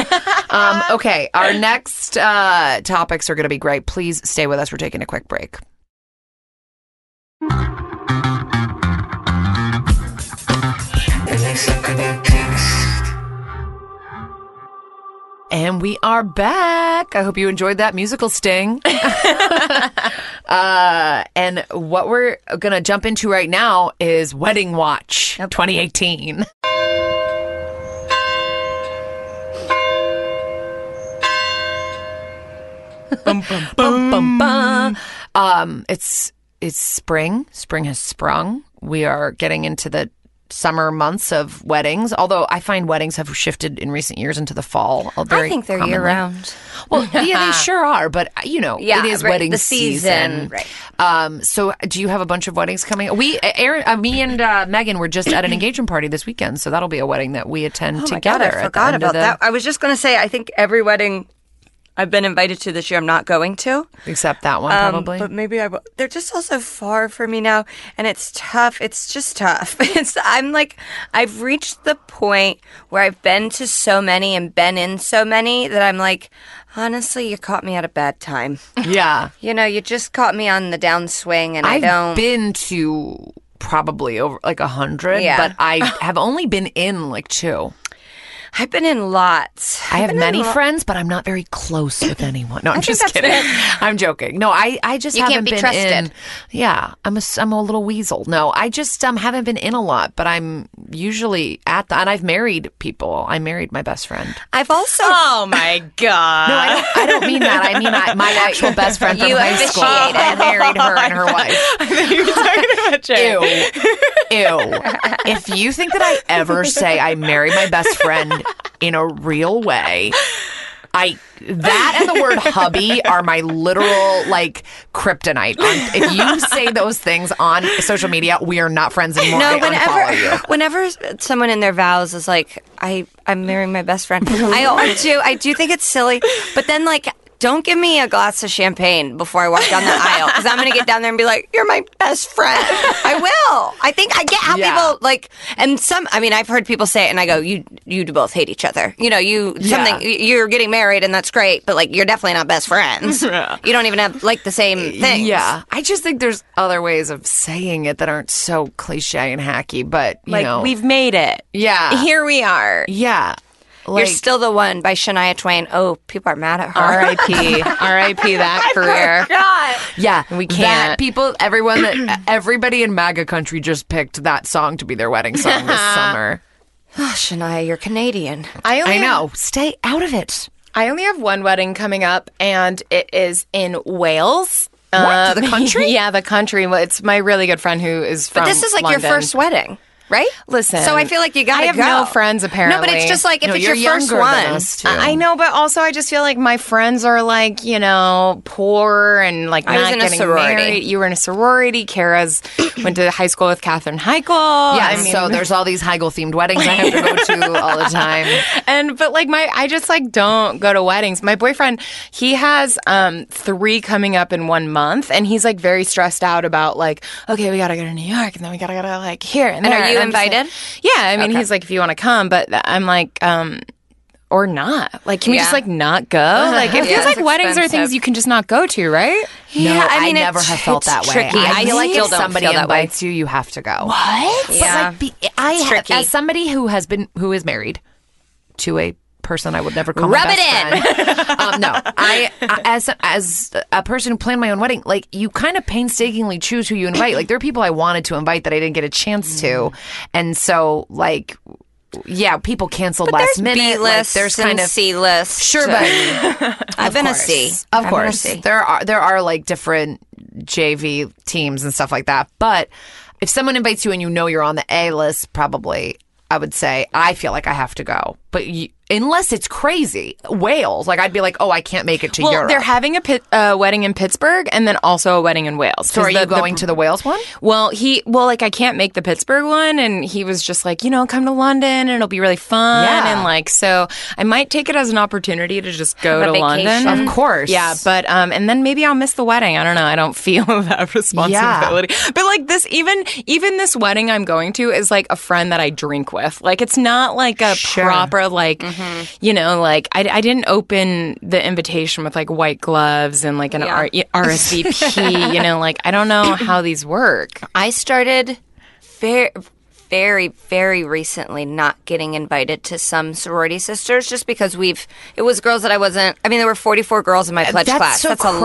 [SPEAKER 2] um, okay, our next uh, topics are going to be great. Please stay with us. We're taking a quick break. And we are back. I hope you enjoyed that musical sting. Uh, and what we're going to jump into right now is Wedding Watch 2018. Bum, bum, bum. Um, it's it's spring. Spring has sprung. We are getting into the summer months of weddings. Although I find weddings have shifted in recent years into the fall. uh,
[SPEAKER 4] I
[SPEAKER 2] very
[SPEAKER 4] think they're
[SPEAKER 2] commonly.
[SPEAKER 4] year round.
[SPEAKER 2] Well, yeah, they sure are, but uh, you know,
[SPEAKER 4] Yeah,
[SPEAKER 2] it is
[SPEAKER 4] right,
[SPEAKER 2] wedding
[SPEAKER 4] the season, right.
[SPEAKER 2] Um, so do you have a bunch of weddings coming? We, Aaron, uh, me, and uh, Megan were just at an engagement party this weekend, so that'll be a wedding that we attend
[SPEAKER 4] Oh my
[SPEAKER 2] together.
[SPEAKER 4] God,
[SPEAKER 2] at
[SPEAKER 4] I
[SPEAKER 2] the
[SPEAKER 4] forgot
[SPEAKER 2] end of
[SPEAKER 4] about
[SPEAKER 2] the-
[SPEAKER 4] that. I was just going to say, I think every wedding I've been invited to this year, I'm not going to.
[SPEAKER 2] except that one
[SPEAKER 4] Um,
[SPEAKER 2] probably.
[SPEAKER 4] but maybe I will. They're just all so far for me now, and it's tough. It's just tough. It's I'm like I've reached the point where I've been to so many and been in so many that I'm like, honestly, you caught me at a bad time.
[SPEAKER 2] yeah,
[SPEAKER 4] you know, you just caught me on the downswing, and I've I
[SPEAKER 2] I've
[SPEAKER 4] do not
[SPEAKER 2] been to probably over like a hundred,
[SPEAKER 4] Yeah.
[SPEAKER 2] but I have only been in like two.
[SPEAKER 4] I've been in lots.
[SPEAKER 2] I have
[SPEAKER 4] I've been in
[SPEAKER 2] many
[SPEAKER 4] lo-
[SPEAKER 2] friends, but I'm not very close with anyone. No, I'm just
[SPEAKER 4] that's
[SPEAKER 2] kidding.
[SPEAKER 4] fair.
[SPEAKER 2] I'm joking. No, I, I just
[SPEAKER 4] You
[SPEAKER 2] haven't
[SPEAKER 4] can't be
[SPEAKER 2] been in.
[SPEAKER 4] trusted.
[SPEAKER 2] Yeah, I'm a, s- I'm a little weasel. No, I just um haven't been in a lot, but I'm usually at the, and I've married people. I married my best friend.
[SPEAKER 4] I've also.
[SPEAKER 3] oh my god!
[SPEAKER 2] No, I don't, I don't mean that. I mean I, my actual best friend from
[SPEAKER 4] You
[SPEAKER 2] high school. Oh
[SPEAKER 4] officiated.
[SPEAKER 2] I married her and her wife.
[SPEAKER 3] You're talking about Jay.
[SPEAKER 2] Ew. Ew. If you think that I ever say I marry my best friend in a real way, I that and the word hubby are my literal like kryptonite. On, if you say those things on social media, we are not friends anymore. I
[SPEAKER 4] No,
[SPEAKER 2] unfollow you.
[SPEAKER 4] whenever whenever someone in their vows is like, I I'm marrying my best friend. I al- do I do think it's silly, but then like. Don't give me a glass of champagne before I walk down the aisle because I'm gonna get down there and be like, "You're my best friend." I will. I think I get how
[SPEAKER 2] Yeah.
[SPEAKER 4] people like, and some. I mean, I've heard people say it, and I go, "You, you both hate each other." You know, you something. y- You're getting married, and that's great, but like, you're definitely not best friends. You don't even have like the same thing.
[SPEAKER 2] Yeah, I just think there's other ways of saying it that aren't so cliche and hacky, but you
[SPEAKER 3] Like
[SPEAKER 2] know,
[SPEAKER 3] we've made it.
[SPEAKER 2] yeah,
[SPEAKER 3] Here we are.
[SPEAKER 2] yeah, like,
[SPEAKER 4] you're still the one by Shania Twain. Oh, people are mad at her.
[SPEAKER 3] R.I.P. R.I.P. That career.
[SPEAKER 2] Yeah,
[SPEAKER 3] We
[SPEAKER 2] that
[SPEAKER 3] can't.
[SPEAKER 2] people, everyone, that everybody in MAGA country just picked that song to be their wedding song this summer.
[SPEAKER 4] Oh, Shania, you're Canadian.
[SPEAKER 3] I only
[SPEAKER 2] I know. Stay out of it.
[SPEAKER 3] I only have one wedding coming up, and it is in Wales. What
[SPEAKER 2] The country?
[SPEAKER 3] yeah, the country. Well, It's my really good friend who is from.
[SPEAKER 4] But this is like your
[SPEAKER 3] London.
[SPEAKER 4] first wedding, right?
[SPEAKER 3] Listen,
[SPEAKER 4] So I feel like you got.
[SPEAKER 3] I have no friends,
[SPEAKER 4] No, but
[SPEAKER 3] apparently.
[SPEAKER 4] it's just like if
[SPEAKER 2] No,
[SPEAKER 4] it's
[SPEAKER 2] you're
[SPEAKER 4] your first
[SPEAKER 2] younger than
[SPEAKER 4] one. Uh,
[SPEAKER 2] us, too.
[SPEAKER 3] I I know, but also I just feel like my friends are like you know poor and like
[SPEAKER 4] I was
[SPEAKER 3] not
[SPEAKER 4] in a
[SPEAKER 3] getting
[SPEAKER 4] sorority.
[SPEAKER 3] married. You were in a sorority. Kara's went to high school with Katherine Heichel.
[SPEAKER 2] Yeah,
[SPEAKER 3] I mean,
[SPEAKER 2] so there's all these Heigl themed weddings I have to go to all the time.
[SPEAKER 3] and but like my I just like don't go to weddings. My boyfriend, he has um three coming up in one month and he's like very stressed out about like, okay, we gotta go to New York and then we gotta go to like here and,
[SPEAKER 4] And
[SPEAKER 3] there.
[SPEAKER 4] are you
[SPEAKER 3] I'm just like-
[SPEAKER 4] invited?
[SPEAKER 3] yeah, I mean he's like if you wanna come, but I'm like, um or not. Like can we just
[SPEAKER 4] Yeah.
[SPEAKER 3] like not go? Like it
[SPEAKER 4] Yeah.
[SPEAKER 3] feels like
[SPEAKER 4] It's
[SPEAKER 3] weddings are things
[SPEAKER 4] expensive.
[SPEAKER 3] you can just not go to, right?
[SPEAKER 4] Yeah,
[SPEAKER 2] no,
[SPEAKER 4] I mean, it-
[SPEAKER 2] never have felt
[SPEAKER 4] it's
[SPEAKER 2] that
[SPEAKER 4] tricky.
[SPEAKER 2] way.
[SPEAKER 4] I feel like
[SPEAKER 2] think
[SPEAKER 4] you
[SPEAKER 2] if
[SPEAKER 4] don't
[SPEAKER 2] somebody
[SPEAKER 4] feel that way.
[SPEAKER 2] invites you, you have to go.
[SPEAKER 3] What?
[SPEAKER 4] Yeah.
[SPEAKER 2] But like, be, I have,
[SPEAKER 4] tricky.
[SPEAKER 2] as somebody who has been who is married to a person I would never call
[SPEAKER 4] Rub
[SPEAKER 2] my best
[SPEAKER 4] it
[SPEAKER 2] friend. um, no, I, I as as a person who planned my own wedding, like you kind of painstakingly choose who you invite. Like there are people I wanted to invite that I didn't get a chance
[SPEAKER 4] Mm.
[SPEAKER 2] to, and so like yeah, people canceled last
[SPEAKER 4] There's
[SPEAKER 2] minute.
[SPEAKER 4] B
[SPEAKER 2] like,
[SPEAKER 4] list.
[SPEAKER 2] there's kind of
[SPEAKER 4] C list.
[SPEAKER 2] sure, but.
[SPEAKER 4] I've been a C.
[SPEAKER 2] Of
[SPEAKER 4] I've been a
[SPEAKER 2] course,
[SPEAKER 4] C.
[SPEAKER 2] there are there are like different JV teams and stuff like that. But if someone invites you and you know you're on the A list, probably I would say I feel like I have to go. But you, unless it's crazy. Wales, like I'd be like, oh, I can't make it to
[SPEAKER 3] Well,
[SPEAKER 2] Europe.
[SPEAKER 3] they're having a pit, uh, wedding in Pittsburgh and then also a wedding in Wales.
[SPEAKER 2] so are you going to the Wales one?
[SPEAKER 4] Mm-hmm.
[SPEAKER 3] Well, he well, like I can't make the Pittsburgh one, and he was just like, you know, come to London and it'll be really fun,
[SPEAKER 2] Yeah.
[SPEAKER 3] and like so, I might take it as an opportunity to just go
[SPEAKER 4] a
[SPEAKER 3] to
[SPEAKER 4] vacation.
[SPEAKER 3] London,
[SPEAKER 2] Of course.
[SPEAKER 3] yeah, but um, and then maybe I'll miss the wedding. I don't know. I don't feel that responsibility, but like this, even even this wedding I'm going to is like a friend that I drink with. Like it's not like a
[SPEAKER 2] Sure.
[SPEAKER 3] proper like, you know, like I, I didn't open the invitation with like white gloves and like an
[SPEAKER 4] Yeah.
[SPEAKER 3] R- RSVP. you know, like I don't know how these work.
[SPEAKER 4] I started very, very, very recently not getting invited to some sorority sisters just because we've, it was girls that I wasn't, I mean, there were 44 girls in my pledge
[SPEAKER 2] Uh, that's
[SPEAKER 4] class.
[SPEAKER 2] so
[SPEAKER 4] that's
[SPEAKER 2] crazy.
[SPEAKER 4] a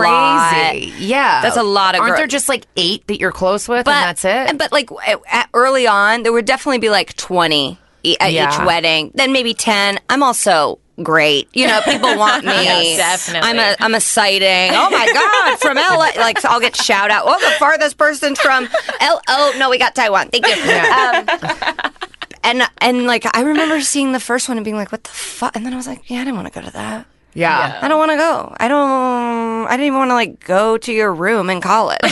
[SPEAKER 4] lot.
[SPEAKER 2] Yeah,
[SPEAKER 4] That's a lot of
[SPEAKER 2] Aren't
[SPEAKER 4] gro-
[SPEAKER 2] there just like eight that you're close with, and that's it?
[SPEAKER 4] But like at, at- early on, there would definitely be like 20 e- at
[SPEAKER 2] Yeah.
[SPEAKER 4] each wedding, then maybe 10. I'm also great. You know, people want me.
[SPEAKER 3] Yes, definitely.
[SPEAKER 4] I'm a I'm a sighting. Oh my god, from LA. Like so I'll get shout out. Oh, the farthest person from L. Oh no, we got Taiwan. Thank you. Um, and and like I remember seeing the first one and being like, what the fuck? And then I was like, yeah, I didn't want to go to that.
[SPEAKER 2] yeah.
[SPEAKER 4] I don't want to go. I don't. I didn't even want to like go to your room in college.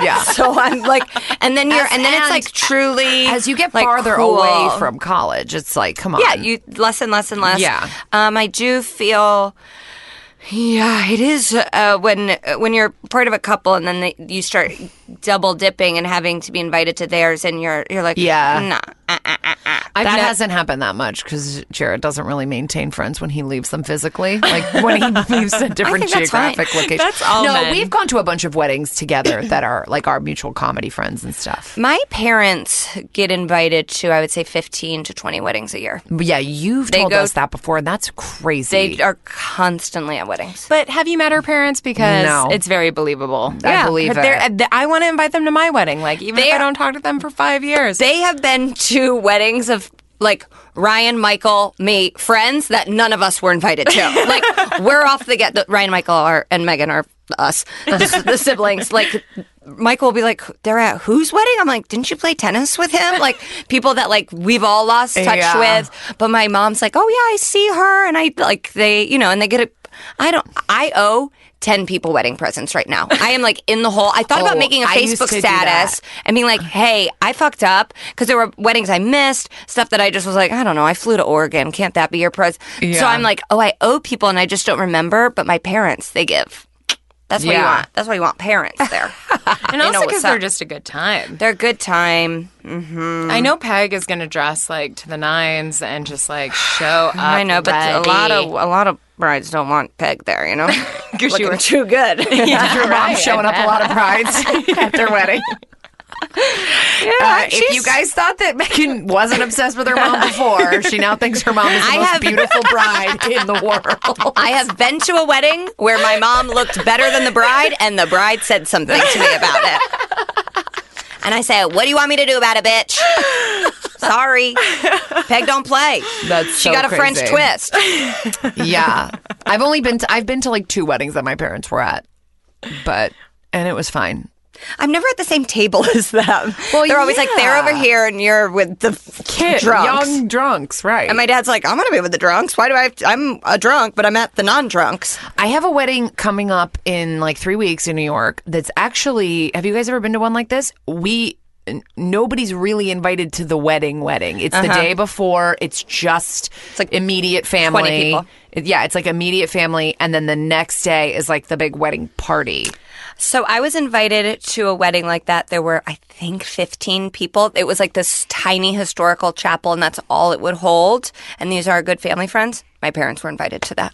[SPEAKER 2] Yeah.
[SPEAKER 4] So I'm like, and then you're, and then it's like
[SPEAKER 2] and-
[SPEAKER 4] truly
[SPEAKER 2] As you get
[SPEAKER 4] like,
[SPEAKER 2] farther
[SPEAKER 4] cool.
[SPEAKER 2] away from college, it's like, come on.
[SPEAKER 4] yeah, you less and less and less.
[SPEAKER 2] Yeah.
[SPEAKER 4] um, I do feel. Yeah, it is uh, when when you're part of a couple and then they, you start double dipping and having to be invited to theirs, and you're you're like,
[SPEAKER 2] Yeah.
[SPEAKER 4] nah. uh, uh, uh, uh.
[SPEAKER 2] that hasn't happened that much because Jared doesn't really maintain friends when he leaves them physically. Like when he leaves a different
[SPEAKER 4] think that's fine.
[SPEAKER 2] geographic location.
[SPEAKER 3] That's all
[SPEAKER 2] No,
[SPEAKER 3] men.
[SPEAKER 2] we've gone to a bunch of weddings together that are like our mutual comedy friends and stuff.
[SPEAKER 4] My parents get invited to, I would say, fifteen to twenty weddings a year.
[SPEAKER 2] But yeah, you've told
[SPEAKER 4] go-
[SPEAKER 2] us that before, and that's crazy.
[SPEAKER 4] They are constantly at weddings.
[SPEAKER 3] But have you met her parents? Because
[SPEAKER 2] No.
[SPEAKER 3] it's very believable.
[SPEAKER 2] I believe
[SPEAKER 3] They're-
[SPEAKER 2] it.
[SPEAKER 3] th- I want to invite them to my wedding. Like even if I don't talk to them for five years.
[SPEAKER 4] They have been to weddings of like Ryan, Michael, me, friends that none of us were invited to. like we're off the get. Ryan, Michael, are, and Megan are us, the, the siblings. Like Michael will be like, "They're at whose wedding?" I'm like, "Didn't you play tennis with him?" Like people that like we've all lost touch
[SPEAKER 2] Yeah.
[SPEAKER 4] with. But my mom's like, "Oh yeah, I see her," and I like they, you know, and they get it. I don't. I owe. 10 people wedding presents right now. I am like in the hole. I thought about
[SPEAKER 2] Oh,
[SPEAKER 4] making a
[SPEAKER 2] I used
[SPEAKER 4] Facebook
[SPEAKER 2] to do that.
[SPEAKER 4] status and being like, hey, I fucked up because there were weddings I missed, stuff that I just was like, I don't know, I flew to Oregon. Can't that be your pres? So
[SPEAKER 2] Yeah.
[SPEAKER 4] I'm like, oh, I owe people and I just don't remember, but my parents, they give. That's what you
[SPEAKER 2] Yeah.
[SPEAKER 4] want. That's why you want parents there.
[SPEAKER 3] and
[SPEAKER 4] they
[SPEAKER 3] also
[SPEAKER 4] know
[SPEAKER 3] because
[SPEAKER 4] what's
[SPEAKER 3] they're
[SPEAKER 4] up.
[SPEAKER 3] just a good time.
[SPEAKER 4] They're a good time. Mm-hmm.
[SPEAKER 3] I know Peg is going to dress like to the nines and just like show up.
[SPEAKER 4] I know, but a lot of a lot of brides don't want Peg there, you know? Because you were too good.
[SPEAKER 2] Did your mom showing up a lot of brides at their wedding? Uh, if you guys thought that Megan wasn't obsessed with her mom before, she now thinks her mom is the
[SPEAKER 4] I
[SPEAKER 2] most
[SPEAKER 4] have-
[SPEAKER 2] beautiful bride in the world.
[SPEAKER 4] I have been to a wedding where my mom looked better than the bride, and the bride said something to me about it. And I said, "What do you want me to do about it, bitch?" Sorry, Peg don't play.
[SPEAKER 2] That's
[SPEAKER 4] she
[SPEAKER 2] so
[SPEAKER 4] got a French
[SPEAKER 2] crazy.
[SPEAKER 4] twist.
[SPEAKER 2] yeah. I've only been to, I've been to like two weddings that my parents were at, but and it was fine.
[SPEAKER 4] I'm never at the same table as them.
[SPEAKER 2] Well,
[SPEAKER 4] they're always like they're
[SPEAKER 2] yeah.
[SPEAKER 4] over here, and you're with the
[SPEAKER 2] Kid-
[SPEAKER 4] kids, drunks.
[SPEAKER 2] young drunks, right?
[SPEAKER 4] And my dad's like, "I'm gonna be with the drunks. Why do I? Have to, I'm a drunk, but I'm at the non-drunks."
[SPEAKER 2] I have a wedding coming up in like three weeks in New York. That's actually. Have you guys ever been to one like this? We. n- Nobody's really invited to the wedding. Wedding. It's the day before. It's just Uh-huh. it's
[SPEAKER 4] like
[SPEAKER 2] like immediate family.
[SPEAKER 4] people.
[SPEAKER 2] It- Yeah, it's like immediate family, and then the next day is like the big wedding party.
[SPEAKER 4] So I was invited to a wedding like that. There were, I think, 15 people. It was like this tiny historical chapel, and that's all it would hold. And these are good family friends. My parents were invited to that.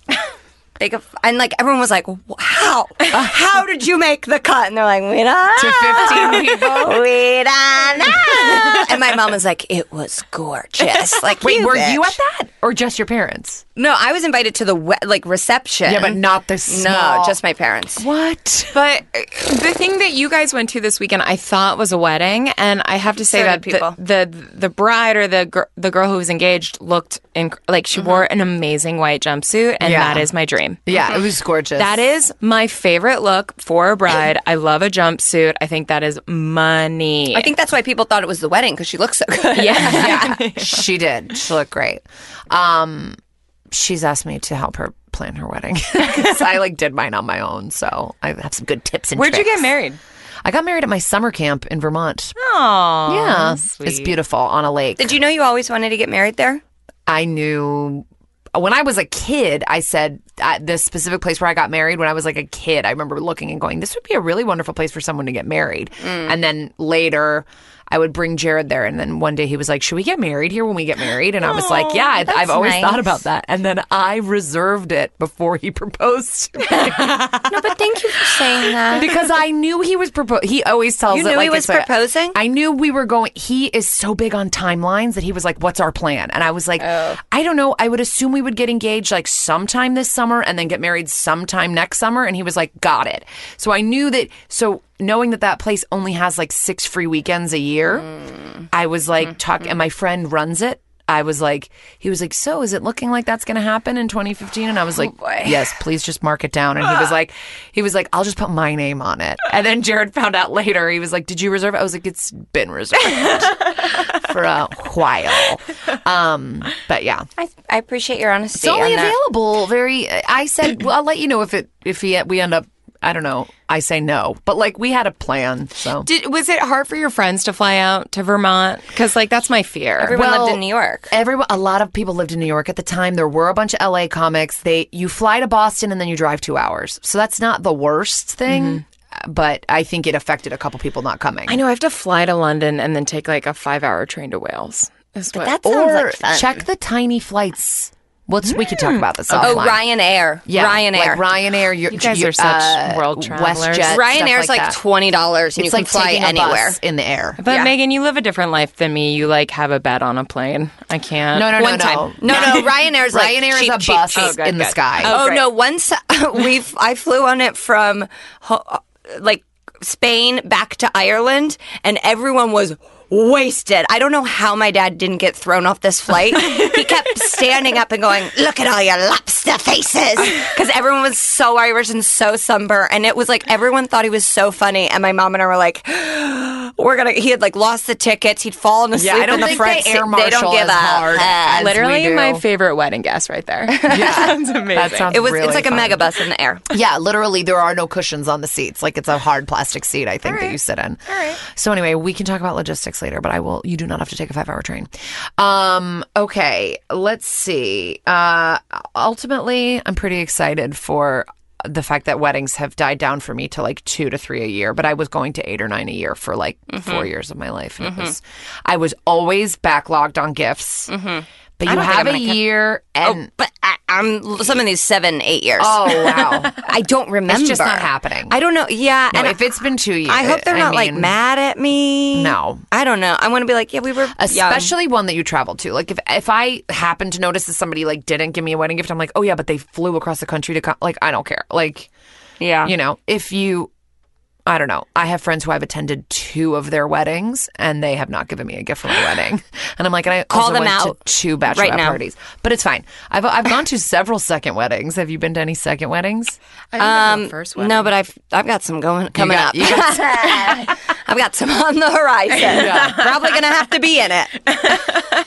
[SPEAKER 4] They go, and like everyone was like, "How? How did you make the cut?" And they're like, "We don't
[SPEAKER 2] To 15 people?
[SPEAKER 4] We don't know." And my mom was like, "It was gorgeous." Like,
[SPEAKER 2] Wait, were
[SPEAKER 4] bitch."
[SPEAKER 2] you at that, or just your parents?
[SPEAKER 4] No, I was invited to the we- like reception.
[SPEAKER 2] Yeah, but not the
[SPEAKER 4] no,
[SPEAKER 2] small-
[SPEAKER 4] just my parents.
[SPEAKER 2] What?
[SPEAKER 3] But uh, the thing that you guys went to this weekend, I thought was a wedding, and I have to say
[SPEAKER 4] So
[SPEAKER 3] that
[SPEAKER 4] did people.
[SPEAKER 3] the, the the bride or the gir- the girl who was engaged looked inc- like
[SPEAKER 4] Mm-hmm.
[SPEAKER 3] she wore an amazing white jumpsuit, and
[SPEAKER 2] Yeah.
[SPEAKER 3] that is my dream.
[SPEAKER 2] Yeah, it was gorgeous.
[SPEAKER 3] Mm-hmm. That is my favorite look for a bride. I love a jumpsuit. I think that is money.
[SPEAKER 4] I think that's why people thought it was the wedding because she looked so good.
[SPEAKER 3] yeah.
[SPEAKER 2] yeah, she did. She looked great. Um, she's asked me to help her plan her wedding 'Cause I like did mine on my own, so I have some good tips and
[SPEAKER 3] Where'd you get
[SPEAKER 2] tricks.
[SPEAKER 3] married?
[SPEAKER 2] I got married at my summer camp in Vermont.
[SPEAKER 3] Oh,
[SPEAKER 2] yeah, it's beautiful on a lake.
[SPEAKER 4] Did you know you always wanted to get married there?
[SPEAKER 2] I knew when I was a kid, I said at this specific place where I got married when I was like a kid, I remember looking and going, this would be a really wonderful place for someone to get married.
[SPEAKER 4] Mm.
[SPEAKER 2] And then later, I would bring Jared there. And then one day he was like, should we get married here when we get married? And I was like, yeah, I, I've always
[SPEAKER 4] nice.
[SPEAKER 2] thought about that. And then I reserved it before he proposed to me
[SPEAKER 4] No, but thank you for saying that.
[SPEAKER 2] because I knew he was proposing. He always tells
[SPEAKER 4] Uh. You
[SPEAKER 2] it
[SPEAKER 4] knew he
[SPEAKER 2] like it's
[SPEAKER 4] was
[SPEAKER 2] a-
[SPEAKER 4] proposing?
[SPEAKER 2] I knew we were going. He is so big on timelines that he was like, "What's our plan?" And I was like, "I don't know. I would assume we would get engaged like sometime this summer and then get married sometime next summer." And he was like, "Got it." So I knew that. So knowing that that place only has like six free weekends a year, I was like, talking, and my friend runs it. I was like, he was like, so is it looking like that's going to happen in 2015? And I was like, yes, please just mark it down. And he was like, he was like, I'll just put my name on it. And then Jared found out later. He was like, did you reserve it? I was like, it's been reserved for a while. Um, but yeah,
[SPEAKER 4] I, I appreciate your honesty.
[SPEAKER 2] it's only
[SPEAKER 4] on that.
[SPEAKER 2] available. Very. I said, well, I'll let you know if it if he, we end up. I don't know. I say no, but like we had a plan. So
[SPEAKER 3] Did, was it hard for your friends to fly out to Vermont? Because like that's my fear.
[SPEAKER 4] Everyone
[SPEAKER 2] Well,
[SPEAKER 4] lived in New York.
[SPEAKER 2] Everyone, a lot of people lived in New York at the time. There were a bunch of LA comics. They you fly to Boston and then you drive two hours, so that's not the worst thing. But I think it affected a couple people not coming.
[SPEAKER 3] Mm-hmm. I know I have to fly to London and then take like a five-hour train to Wales. Is what-
[SPEAKER 4] That sounds
[SPEAKER 2] or
[SPEAKER 4] like fun.
[SPEAKER 2] check the tiny flights. What's we could talk
[SPEAKER 3] Mm.
[SPEAKER 2] about this.
[SPEAKER 4] Oh,
[SPEAKER 2] offline.
[SPEAKER 4] Ryanair.
[SPEAKER 2] Yeah,
[SPEAKER 4] Ryanair.
[SPEAKER 2] Like Ryanair. You,
[SPEAKER 3] guys are such world travelers.
[SPEAKER 2] WestJet.
[SPEAKER 4] Ryanair's
[SPEAKER 2] stuff like,
[SPEAKER 4] like,
[SPEAKER 2] that.
[SPEAKER 4] twenty dollars, and
[SPEAKER 2] It's
[SPEAKER 4] you
[SPEAKER 2] like
[SPEAKER 4] can fly
[SPEAKER 2] taking a
[SPEAKER 4] anywhere.
[SPEAKER 2] bus in the air.
[SPEAKER 3] but Megan, you live a different life than me. You like have a bed on a plane. I can't.
[SPEAKER 2] No, no, no,
[SPEAKER 4] One
[SPEAKER 2] no.
[SPEAKER 4] time. No, no, Ryanair's like
[SPEAKER 2] Ryanair
[SPEAKER 4] cheap,
[SPEAKER 2] is a
[SPEAKER 4] cheap,
[SPEAKER 2] bus
[SPEAKER 4] cheap.
[SPEAKER 3] Oh, good,
[SPEAKER 2] in the
[SPEAKER 3] good.
[SPEAKER 2] sky.
[SPEAKER 4] Oh,
[SPEAKER 3] great.
[SPEAKER 4] no! Once we've I flew on it from ho- uh, like Spain back to Ireland, and everyone was wasted. I don't know how my dad didn't get thrown off this flight. he kept standing up and going, "Look at all your lobster faces," because everyone was so Irish and so sunburned, and it was like everyone thought he was so funny. And my mom and I were like. We're gonna. He had like lost the tickets. He'd fallen asleep
[SPEAKER 2] I don't
[SPEAKER 4] in the
[SPEAKER 2] think
[SPEAKER 4] front
[SPEAKER 2] they air
[SPEAKER 4] seat. They don't
[SPEAKER 2] marshal
[SPEAKER 4] give
[SPEAKER 2] as
[SPEAKER 4] up.
[SPEAKER 2] hard as-
[SPEAKER 4] Uh,
[SPEAKER 3] literally
[SPEAKER 2] we do.
[SPEAKER 3] my favorite wedding guest right there. Yeah, that's amazing.
[SPEAKER 2] That sounds
[SPEAKER 4] it was.
[SPEAKER 2] really
[SPEAKER 4] it's like
[SPEAKER 2] fun.
[SPEAKER 4] a megabus in the air.
[SPEAKER 2] Yeah, literally, there are no cushions on the seats. Like it's a hard plastic seat, I think, that you sit in. All right. So anyway, we can talk about logistics later, but I will. You do not have to take a five-hour train. Um. Okay. Let's see. Uh. Ultimately, I'm pretty excited for the fact that weddings have died down for me to like two to three a year, but I was going to eight or nine a year for like
[SPEAKER 4] Mm-hmm.
[SPEAKER 2] four years of my life. And It was. I was always backlogged on gifts. But you
[SPEAKER 4] Mm-hmm. don't think
[SPEAKER 2] have
[SPEAKER 4] I'm Oh.
[SPEAKER 2] a year and.
[SPEAKER 4] But I, I'm some of these seven, eight years.
[SPEAKER 2] Oh wow!
[SPEAKER 4] I don't remember.
[SPEAKER 2] just not happening.
[SPEAKER 4] I don't know. Yeah,
[SPEAKER 2] No,
[SPEAKER 4] and
[SPEAKER 2] if it's been two years,
[SPEAKER 4] I hope they're not like
[SPEAKER 2] mean-
[SPEAKER 4] mad at me.
[SPEAKER 2] No.
[SPEAKER 4] I don't know. I want to be like, yeah, we were young.
[SPEAKER 2] especially one that you traveled to. Like if if I happen to notice that somebody like didn't give me a wedding gift, I'm like, oh yeah, but they flew across the country to come. Like I don't care. Like
[SPEAKER 4] Yeah,
[SPEAKER 2] you know, if you, I don't know. I have friends who I've attended two of their weddings and they have not given me a gift for my wedding, and I'm like, and I
[SPEAKER 4] Call
[SPEAKER 2] also
[SPEAKER 4] them
[SPEAKER 2] went
[SPEAKER 4] out
[SPEAKER 2] to two bachelorette
[SPEAKER 4] right now.
[SPEAKER 2] parties, but it's fine. I've I've gone to several second weddings. Have you been to any second weddings?
[SPEAKER 3] um, first wedding.
[SPEAKER 4] No, but I've I've got some going coming
[SPEAKER 2] got-
[SPEAKER 4] up. I've got some on the horizon. Probably gonna have to be in it.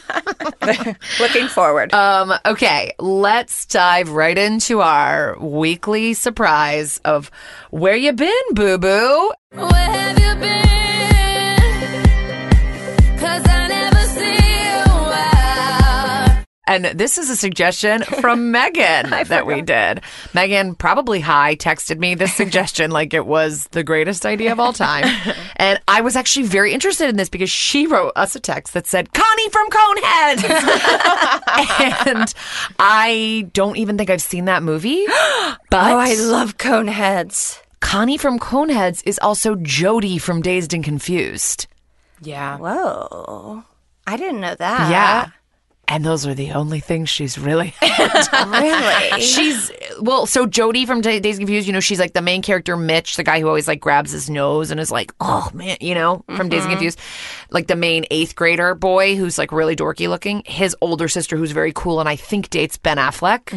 [SPEAKER 4] Looking forward.
[SPEAKER 2] Um, okay, let's dive right into our weekly surprise of where you been, boo boo.
[SPEAKER 1] Where have you been? 'Cause I never see you out.
[SPEAKER 2] And this is a suggestion from Megan that we did. Megan, probably high, texted me this suggestion like it was the greatest idea of all time. and I was actually very interested in this because she wrote us a text that said, Connie from Coneheads. and I don't even think I've seen that movie. But
[SPEAKER 4] oh, I love cone heads.
[SPEAKER 2] Connie from Coneheads is also Jody from Dazed and Confused.
[SPEAKER 3] yeah,
[SPEAKER 4] Whoa. I didn't know that.
[SPEAKER 2] Yeah. Ah. And those are the only things she's really.
[SPEAKER 4] Really?
[SPEAKER 2] she's well, so Jody from Da- Days Confused, you know, she's like the main character, Mitch, the guy who always like grabs his nose and is like, oh man, you know, from Days Confused, like the main eighth grader boy who's like really dorky looking. His older sister, who's very cool and I think dates Ben Affleck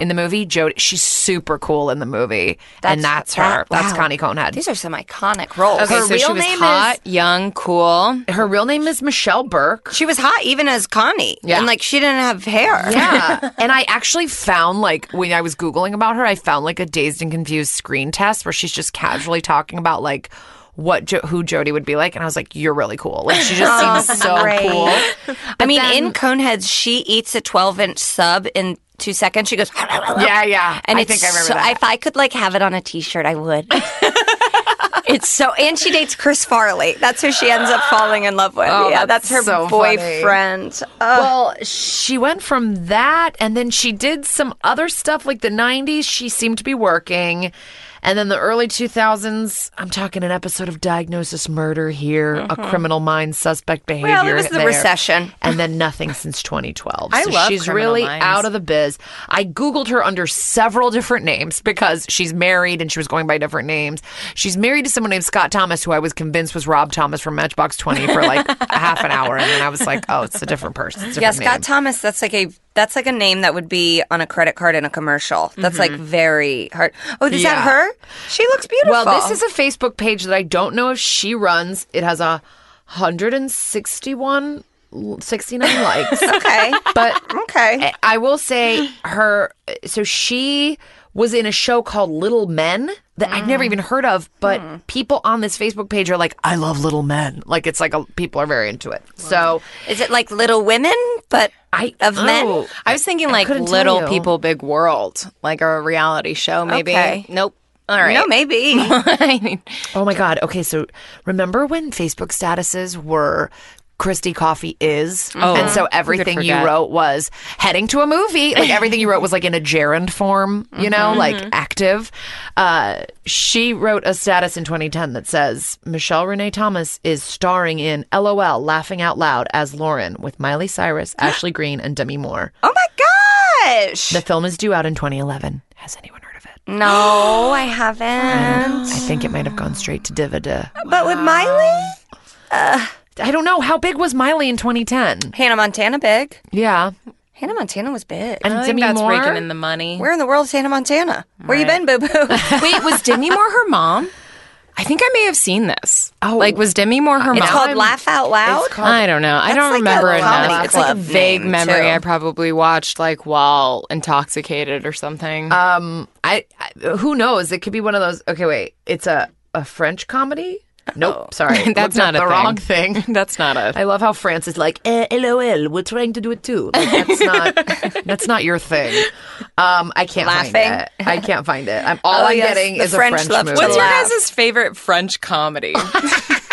[SPEAKER 2] in the movie. Jody, she's super cool in the movie, and Mm-hmm. that's her.
[SPEAKER 4] that-
[SPEAKER 2] That's
[SPEAKER 4] wow.
[SPEAKER 2] Connie Conehead.
[SPEAKER 4] These are some iconic roles.
[SPEAKER 3] Okay,
[SPEAKER 2] Her
[SPEAKER 3] so she
[SPEAKER 2] real
[SPEAKER 3] was
[SPEAKER 2] name is-
[SPEAKER 3] hot, young, cool.
[SPEAKER 2] her real name is Michelle Burke.
[SPEAKER 4] She was hot even as Connie.
[SPEAKER 2] Yeah.
[SPEAKER 4] And like she didn't have hair.
[SPEAKER 2] Yeah. and I actually found like when I was Googling about her, I found like a dazed and confused screen test where she's just casually talking about like what jo- who Jody would be like. And I was like, you're really cool. Like she just seems so
[SPEAKER 4] Oh, great.
[SPEAKER 2] cool.
[SPEAKER 4] I mean,
[SPEAKER 2] then-
[SPEAKER 4] in Coneheads, she eats a 12 inch sub in two seconds. She goes,
[SPEAKER 2] Yeah, yeah.
[SPEAKER 4] And
[SPEAKER 2] I
[SPEAKER 4] it's
[SPEAKER 2] think I remember
[SPEAKER 4] so,
[SPEAKER 2] that.
[SPEAKER 4] If I could like have it on a t shirt, I would. it's so, and she dates Chris Farley. That's who she ends up falling in love with.
[SPEAKER 2] that's
[SPEAKER 4] yeah, Oh, that's, her
[SPEAKER 2] so funny.
[SPEAKER 4] boyfriend.
[SPEAKER 2] Well, she went from that and then she did some other stuff like the 90s. She seemed to be working. And then the early 2000s, I'm talking an episode of Diagnosis Murder here, a criminal mind suspect behavior.
[SPEAKER 4] Well, it was the
[SPEAKER 2] there.
[SPEAKER 4] recession.
[SPEAKER 2] And then nothing since 2012.
[SPEAKER 3] I
[SPEAKER 2] so
[SPEAKER 3] love
[SPEAKER 2] she's
[SPEAKER 3] Criminal
[SPEAKER 2] really
[SPEAKER 3] Minds.
[SPEAKER 2] out of the biz. I Googled her under several different names because she's married and she was going by different names. She's married to someone named Scott Thomas, who I was convinced was Rob Thomas from Matchbox 20 for like a half an hour. And then I was like, oh, it's a different person. It's a
[SPEAKER 4] yeah,
[SPEAKER 2] different
[SPEAKER 4] Scott
[SPEAKER 2] name.
[SPEAKER 4] Thomas. That's like a that's like a name that would be on a credit card in a commercial. That's like very hard. Oh, is
[SPEAKER 2] Yeah.
[SPEAKER 4] that her? She looks beautiful.
[SPEAKER 2] Well, this is a Facebook page that I don't know if she runs. It has a 161, 69 likes.
[SPEAKER 4] okay.
[SPEAKER 2] But
[SPEAKER 4] Okay.
[SPEAKER 2] I- Eh, I will say her. So she was in a show called Little Men that I've never even heard of, but people on this Facebook page are like, "I love Little Men." Like it's like a, people are very into it. So
[SPEAKER 4] Is it like Little Women, but
[SPEAKER 2] I
[SPEAKER 4] of men?
[SPEAKER 2] oh,
[SPEAKER 3] I was thinking like
[SPEAKER 2] couldn't tell
[SPEAKER 3] Little
[SPEAKER 2] you.
[SPEAKER 3] People, Big World, like a reality show, maybe.
[SPEAKER 4] Okay.
[SPEAKER 3] Nope. All right.
[SPEAKER 4] No, maybe.
[SPEAKER 3] I mean,
[SPEAKER 2] Oh my god. Okay, so remember when Facebook statuses were. Christy Coffee is. and so everything you
[SPEAKER 3] forget.
[SPEAKER 2] wrote was heading to a movie. Like everything you wrote was like in a gerund form, you know, like active. Uh, she wrote a status in 2010 that says Michelle Renee Thomas is starring in LOL Laughing Out Loud as Lauren with Miley Cyrus, Ashley Greene, and Demi Moore.
[SPEAKER 4] oh my gosh.
[SPEAKER 2] The film is due out in 2011. Has anyone heard of it?
[SPEAKER 4] No, I haven't.
[SPEAKER 2] I think it might have gone straight to Divida.
[SPEAKER 4] But with Miley,
[SPEAKER 2] I don't know. How big was Miley in 2010?
[SPEAKER 4] Hannah Montana, big.
[SPEAKER 2] Yeah.
[SPEAKER 4] Hannah Montana was big.
[SPEAKER 2] And
[SPEAKER 3] I think
[SPEAKER 2] Demi
[SPEAKER 3] that's
[SPEAKER 2] Moore.
[SPEAKER 3] raking in the money.
[SPEAKER 4] Where in the world is Hannah Montana? Where you been, boo boo?
[SPEAKER 3] Wait, was Demi Moore her mom? I think I may have seen this.
[SPEAKER 2] Oh.
[SPEAKER 3] like was Demi Moore her
[SPEAKER 4] It's
[SPEAKER 3] mom?
[SPEAKER 4] called Laugh Out Loud.
[SPEAKER 3] I don't know. I
[SPEAKER 4] That's
[SPEAKER 3] don't
[SPEAKER 4] like a
[SPEAKER 3] remember
[SPEAKER 4] comedy
[SPEAKER 3] enough. It's like a
[SPEAKER 4] club
[SPEAKER 3] vague
[SPEAKER 4] name,
[SPEAKER 3] memory.
[SPEAKER 4] too.
[SPEAKER 3] I probably watched like while intoxicated or something.
[SPEAKER 2] I, I who knows? It could be one of those. Okay, wait. It's a a French comedy. Nope. Sorry,
[SPEAKER 3] That's
[SPEAKER 2] Looked up
[SPEAKER 3] not a
[SPEAKER 2] the
[SPEAKER 3] thing.
[SPEAKER 2] wrong thing.
[SPEAKER 3] That's not a.
[SPEAKER 2] I love how France is like, eh, lol. We're trying to do it too. Like, that's not that's not your thing. Um, I can't find
[SPEAKER 4] Laughing.
[SPEAKER 2] it. I can't find it. I'm all
[SPEAKER 4] Oh,
[SPEAKER 2] I'm
[SPEAKER 4] yes,
[SPEAKER 2] getting
[SPEAKER 4] the
[SPEAKER 2] is
[SPEAKER 4] French
[SPEAKER 2] a French
[SPEAKER 4] love
[SPEAKER 2] movie.
[SPEAKER 4] to
[SPEAKER 3] What's your
[SPEAKER 4] laugh.
[SPEAKER 3] guys' favorite French comedy?
[SPEAKER 2] French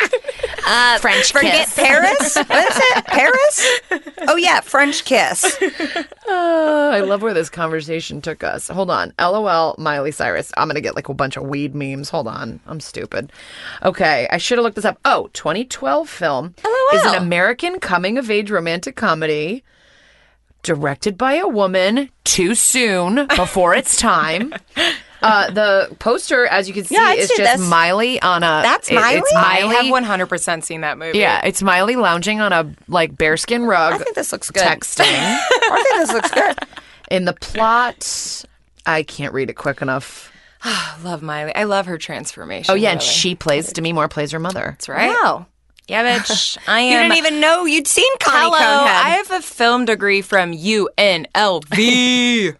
[SPEAKER 4] Uh, Forget Paris? What is it? Paris? Oh yeah, French kiss.
[SPEAKER 2] Oh, I love where this conversation took us. Hold on. LOL, Miley Cyrus. I'm going to get like a bunch of weed memes. Hold on. I'm stupid. Okay. I should have looked this up. Oh, 2012 film is an American coming of age romantic comedy directed by a woman too soon before its time. Uh, the poster, as you can see,
[SPEAKER 4] Yeah, I'd
[SPEAKER 2] is
[SPEAKER 4] say
[SPEAKER 2] just
[SPEAKER 4] that's-
[SPEAKER 2] Miley on a.
[SPEAKER 4] That's
[SPEAKER 2] it- It's
[SPEAKER 4] Miley?
[SPEAKER 2] Miley.
[SPEAKER 3] I have one hundred percent seen that movie.
[SPEAKER 2] Yeah, it's Miley lounging on a like bearskin rug. I
[SPEAKER 4] think this looks good.
[SPEAKER 2] Texting.
[SPEAKER 4] I think this looks good.
[SPEAKER 2] In the plot, I can't read it quick enough.
[SPEAKER 3] I love Miley. I love her transformation.
[SPEAKER 2] Oh yeah, and
[SPEAKER 3] really.
[SPEAKER 2] she plays Demi Moore plays her mother.
[SPEAKER 3] That's right.
[SPEAKER 4] Wow.
[SPEAKER 3] Yeah, bitch. I am.
[SPEAKER 4] You didn't even know you'd seen Connie
[SPEAKER 3] Hello,
[SPEAKER 4] Conehead.
[SPEAKER 3] I have a film degree from UNLV.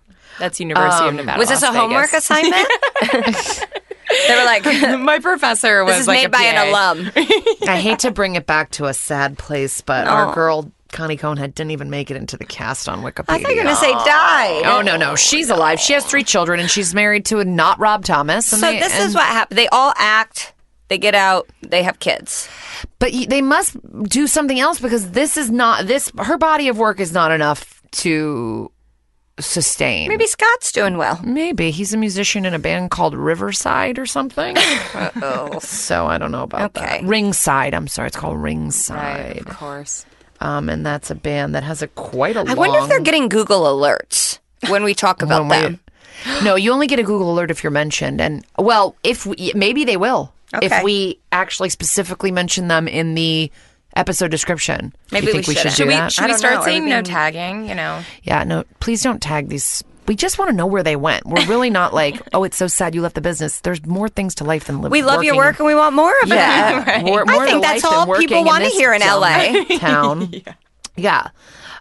[SPEAKER 3] That's University of Nevada.
[SPEAKER 4] was this
[SPEAKER 3] Las
[SPEAKER 4] a homework
[SPEAKER 3] Vegas.
[SPEAKER 4] assignment? they were like, "This
[SPEAKER 3] My professor was
[SPEAKER 4] is
[SPEAKER 3] like a
[SPEAKER 4] made by an
[SPEAKER 3] PA.
[SPEAKER 4] alum."
[SPEAKER 2] I hate to bring it back to a sad place, but our girl Connie Conehead didn't even make it into the cast on Wikipedia.
[SPEAKER 4] I thought you were gonna say die.
[SPEAKER 2] Oh no no, she's alive. She has three children, and she's married to a not Rob Thomas. and
[SPEAKER 4] So
[SPEAKER 2] they-
[SPEAKER 4] this
[SPEAKER 2] and-
[SPEAKER 4] is what happened. They all act. They get out. They have kids.
[SPEAKER 2] But y- they must do something else because this is not this. Her body of work is not enough to sustain.
[SPEAKER 4] Maybe Scott's doing well.
[SPEAKER 2] Maybe he's a musician in a band called Riverside or something.
[SPEAKER 4] Oh,
[SPEAKER 2] So I don't know about
[SPEAKER 4] Okay.
[SPEAKER 2] that. Ringside, I'm sorry, it's called
[SPEAKER 3] Right,
[SPEAKER 2] Ringside.
[SPEAKER 3] of course.
[SPEAKER 2] Um, and that's a band that has a quite a
[SPEAKER 4] I wonder if they're getting Google alerts when we talk about them.
[SPEAKER 2] No, you only get a Google alert if you're mentioned. And well, if we, maybe they will
[SPEAKER 4] Okay.
[SPEAKER 2] if we actually specifically mention them in the episode description.
[SPEAKER 4] Maybe
[SPEAKER 2] you think
[SPEAKER 4] we
[SPEAKER 2] we should,
[SPEAKER 4] shouldn't.
[SPEAKER 2] do
[SPEAKER 4] Should
[SPEAKER 3] we,
[SPEAKER 2] that.
[SPEAKER 3] should
[SPEAKER 4] I
[SPEAKER 3] we
[SPEAKER 4] don't
[SPEAKER 3] start
[SPEAKER 4] know.
[SPEAKER 3] saying no
[SPEAKER 4] Everything-
[SPEAKER 3] tagging? You know,
[SPEAKER 2] yeah, no, please don't tag these. We just want to know where they went. We're really not like, oh, it's so sad you left the business. There's more things to life than living.
[SPEAKER 4] We love your work and we want more of
[SPEAKER 2] Yeah,
[SPEAKER 4] it.
[SPEAKER 2] more,
[SPEAKER 4] I
[SPEAKER 2] more to
[SPEAKER 4] think that's
[SPEAKER 2] life than
[SPEAKER 4] all
[SPEAKER 2] working
[SPEAKER 4] people want to
[SPEAKER 2] this
[SPEAKER 4] hear in
[SPEAKER 2] dumb
[SPEAKER 4] LA.
[SPEAKER 2] town. yeah.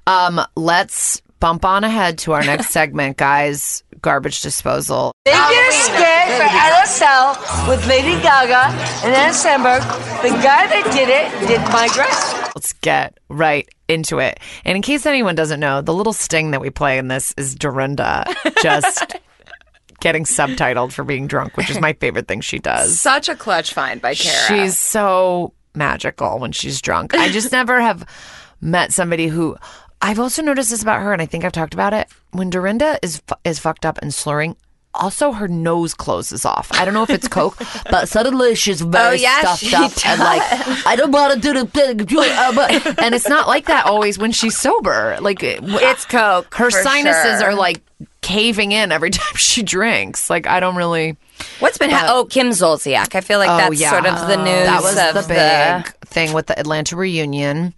[SPEAKER 2] Um, let's bump on ahead to our next segment, guys. Garbage disposal.
[SPEAKER 5] Biggest day for LSL with Lady Gaga and Ann Sandberg. The guy that did it did my dress.
[SPEAKER 2] Let's get right into it. And in case anyone doesn't know, the little sting that we play in this is Dorinda just getting subtitled for being drunk, which is my favorite thing she does.
[SPEAKER 3] such a clutch find by Kara.
[SPEAKER 2] She's so magical when she's drunk. I just never have met somebody who. I've also noticed this about her, and I think I've talked about it. When Dorinda is fu- is fucked up and slurring, also her nose closes off. I don't know if it's coke, but suddenly she's very
[SPEAKER 4] Oh, yeah,
[SPEAKER 2] stuffed
[SPEAKER 4] she
[SPEAKER 2] up and like I don't want to do the thing, do it, uh, but-" and it's not like that always when she's sober. Like it-
[SPEAKER 4] It's Coke,
[SPEAKER 2] Her
[SPEAKER 4] for
[SPEAKER 2] sinuses
[SPEAKER 4] sure.
[SPEAKER 2] are like caving in every time she drinks. Like I don't really.
[SPEAKER 4] What's been ha- oh Kim Zolciak? I feel like that's sort of the news.
[SPEAKER 2] Oh, That was
[SPEAKER 4] of
[SPEAKER 2] the big thing with the Atlanta reunion.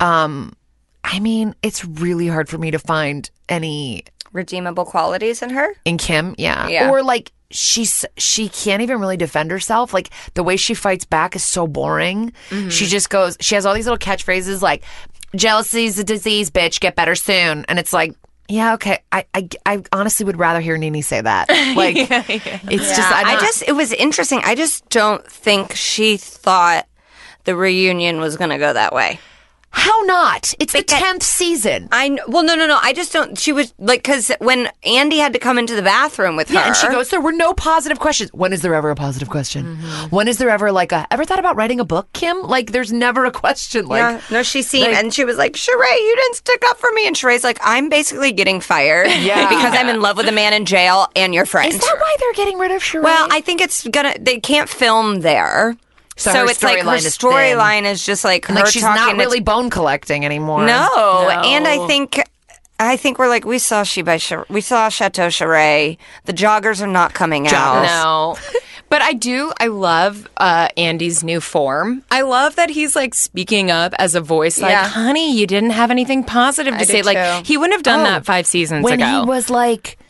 [SPEAKER 2] Um, I mean, it's really hard for me to find any
[SPEAKER 4] redeemable qualities in her.
[SPEAKER 2] in Kim, yeah,
[SPEAKER 4] Yeah.
[SPEAKER 2] or like she's she can't even really defend herself. Like the way she fights back is so boring.
[SPEAKER 4] Mm-hmm.
[SPEAKER 2] She just goes. She has all these little catchphrases like "jealousy's a disease, bitch. Get better soon," and it's like. Yeah, okay. I, I, I honestly would rather hear Nini say that. Like, it's just, I,
[SPEAKER 4] I
[SPEAKER 2] don't-
[SPEAKER 4] just it was interesting. I just don't think she thought the reunion was going to go that way.
[SPEAKER 2] how not? It's the 10th season.
[SPEAKER 4] I kn- well no no no. I just don't. She was like because when Andy had to come into the bathroom with her,
[SPEAKER 2] Yeah, and she goes, There were no positive questions. When is there ever a positive question? When is there ever like a, ever thought about writing a book, Kim? Like, there's never a question. Like,
[SPEAKER 4] Yeah, Uh, no, she seemed, and she was like, Sheree, you didn't stick up for me. And Sheree's like, I'm basically getting fired
[SPEAKER 2] Yeah.
[SPEAKER 4] because I'm in love with a man in jail and your friend.
[SPEAKER 2] is that why they're getting rid of Sheree?
[SPEAKER 4] Well, I think it's gonna. They can't film there,
[SPEAKER 2] So
[SPEAKER 4] so,
[SPEAKER 2] her
[SPEAKER 4] it's like her
[SPEAKER 2] storyline is thin.
[SPEAKER 4] storyline is just like
[SPEAKER 2] And,
[SPEAKER 4] her
[SPEAKER 2] like, she's
[SPEAKER 4] talking.
[SPEAKER 2] not
[SPEAKER 4] and it's-
[SPEAKER 2] really bone collecting anymore.
[SPEAKER 4] no. and I think. I think we're like we saw she by Sher- we saw Chateau Charest. The joggers are not coming out.
[SPEAKER 3] No. But I do, I love uh, Andy's new form. I love that he's like speaking up as a voice, like,
[SPEAKER 4] Yeah.
[SPEAKER 3] honey, you didn't have anything positive to
[SPEAKER 4] do
[SPEAKER 3] say. Like,
[SPEAKER 4] too.
[SPEAKER 3] he wouldn't have done that five seasons
[SPEAKER 2] when
[SPEAKER 3] ago.
[SPEAKER 2] he was like, oh.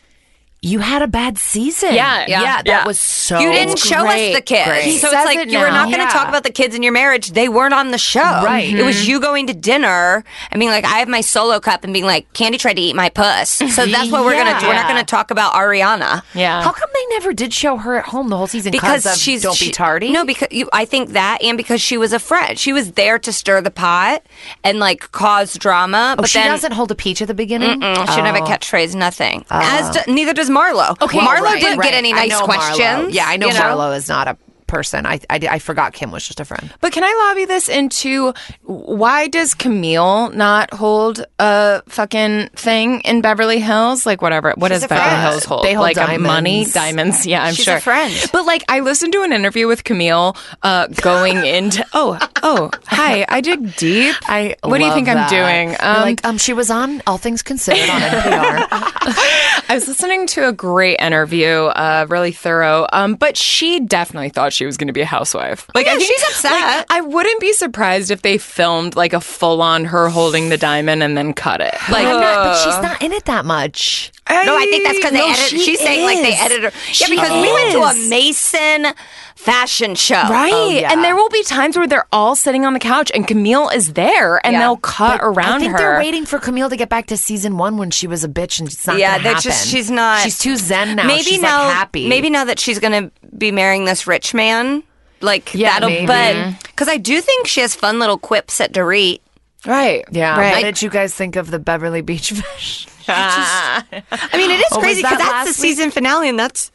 [SPEAKER 2] You had a bad season.
[SPEAKER 3] Yeah, yeah,
[SPEAKER 2] yeah. That
[SPEAKER 3] yeah.
[SPEAKER 2] was so
[SPEAKER 4] You didn't
[SPEAKER 2] It's
[SPEAKER 4] show
[SPEAKER 2] great,
[SPEAKER 4] us the kids.
[SPEAKER 2] great.
[SPEAKER 4] So
[SPEAKER 2] Says
[SPEAKER 4] it's like
[SPEAKER 2] it
[SPEAKER 4] you were
[SPEAKER 2] now.
[SPEAKER 4] not going to
[SPEAKER 2] Yeah.
[SPEAKER 4] talk about the kids in your marriage. They weren't on the show.
[SPEAKER 2] Right.
[SPEAKER 4] It was you going to dinner and being like, I have my solo cup and being like, Candy tried to eat my puss. So that's what we're going
[SPEAKER 2] Yeah.
[SPEAKER 4] to do. We're not going to talk about Ariana.
[SPEAKER 3] yeah.
[SPEAKER 2] How come they never did show her at home the whole season?
[SPEAKER 4] Because
[SPEAKER 2] of
[SPEAKER 4] she's
[SPEAKER 2] don't
[SPEAKER 4] she-
[SPEAKER 2] be tardy.
[SPEAKER 4] No, because you, I think that, and because she was a friend, she was there to stir the pot and like cause drama.
[SPEAKER 2] oh,
[SPEAKER 4] but
[SPEAKER 2] she
[SPEAKER 4] then
[SPEAKER 2] doesn't hold a peach at the beginning.
[SPEAKER 4] Mm, she
[SPEAKER 2] Oh.
[SPEAKER 4] didn't have a catchphrase. Nothing. As do, neither does Marlo. Okay,
[SPEAKER 2] Well,
[SPEAKER 4] Marlo
[SPEAKER 2] Oh. right,
[SPEAKER 4] didn't
[SPEAKER 2] right.
[SPEAKER 4] get any
[SPEAKER 2] I
[SPEAKER 4] nice
[SPEAKER 2] know Marlo.
[SPEAKER 4] questions.
[SPEAKER 2] Yeah, I know
[SPEAKER 4] you
[SPEAKER 2] Marlo is not a person. I, I, I forgot Kim was just a friend.
[SPEAKER 3] But can I lobby this into why does Camille not hold a fucking thing in Beverly Hills? Like whatever. What does
[SPEAKER 4] a
[SPEAKER 3] Beverly
[SPEAKER 4] friend.
[SPEAKER 3] Hills hold?
[SPEAKER 2] They hold
[SPEAKER 3] like a money
[SPEAKER 2] diamonds.
[SPEAKER 3] diamonds. Yeah, I'm
[SPEAKER 4] She's
[SPEAKER 3] sure.
[SPEAKER 4] a friend.
[SPEAKER 3] But like I listened to an interview with Camille uh, going into oh oh hi I dig deep.
[SPEAKER 2] I.
[SPEAKER 3] what do you
[SPEAKER 2] love
[SPEAKER 3] think
[SPEAKER 2] that.
[SPEAKER 3] I'm doing?
[SPEAKER 2] You're like, um, she was on All Things Considered on NPR.
[SPEAKER 3] I was listening to a great interview, uh, really thorough. Um, but she definitely thought she was going to be a housewife. Like,
[SPEAKER 4] Yeah, she's upset.
[SPEAKER 3] like, I wouldn't be surprised if they filmed like a full on her holding the diamond and then cut it. Like,
[SPEAKER 2] I'm not, but she's not in it that much.
[SPEAKER 4] No, I think that's because they edit. she's saying like they edited her. Yeah,
[SPEAKER 2] She
[SPEAKER 4] because we went to
[SPEAKER 2] is.
[SPEAKER 4] a Mason fashion show.
[SPEAKER 3] Right.
[SPEAKER 2] Oh, yeah.
[SPEAKER 3] And there will be times where they're all sitting on the couch and Camille is there and
[SPEAKER 4] Yeah.
[SPEAKER 3] they'll cut around
[SPEAKER 2] I think
[SPEAKER 3] her.
[SPEAKER 2] they're waiting for Camille to get back to season one when she was a bitch and it's not.
[SPEAKER 4] Yeah,
[SPEAKER 2] gonna
[SPEAKER 4] that's just-
[SPEAKER 2] happen.
[SPEAKER 4] she's not-
[SPEAKER 2] She's too zen now.
[SPEAKER 4] Maybe
[SPEAKER 2] she's like,
[SPEAKER 4] now.
[SPEAKER 2] happy.
[SPEAKER 4] Maybe now that she's gonna be marrying this rich man. Like
[SPEAKER 2] Yeah,
[SPEAKER 4] that'll.
[SPEAKER 2] maybe.
[SPEAKER 4] But because I do think she has fun little quips at Dorit.
[SPEAKER 3] Right.
[SPEAKER 2] Yeah.
[SPEAKER 3] Right.
[SPEAKER 2] What did you guys think of the Beverly Beach Fish?
[SPEAKER 4] I mean, it is
[SPEAKER 2] Oh, was
[SPEAKER 4] crazy
[SPEAKER 2] that
[SPEAKER 4] because that's the
[SPEAKER 2] last week?
[SPEAKER 4] season finale, and that's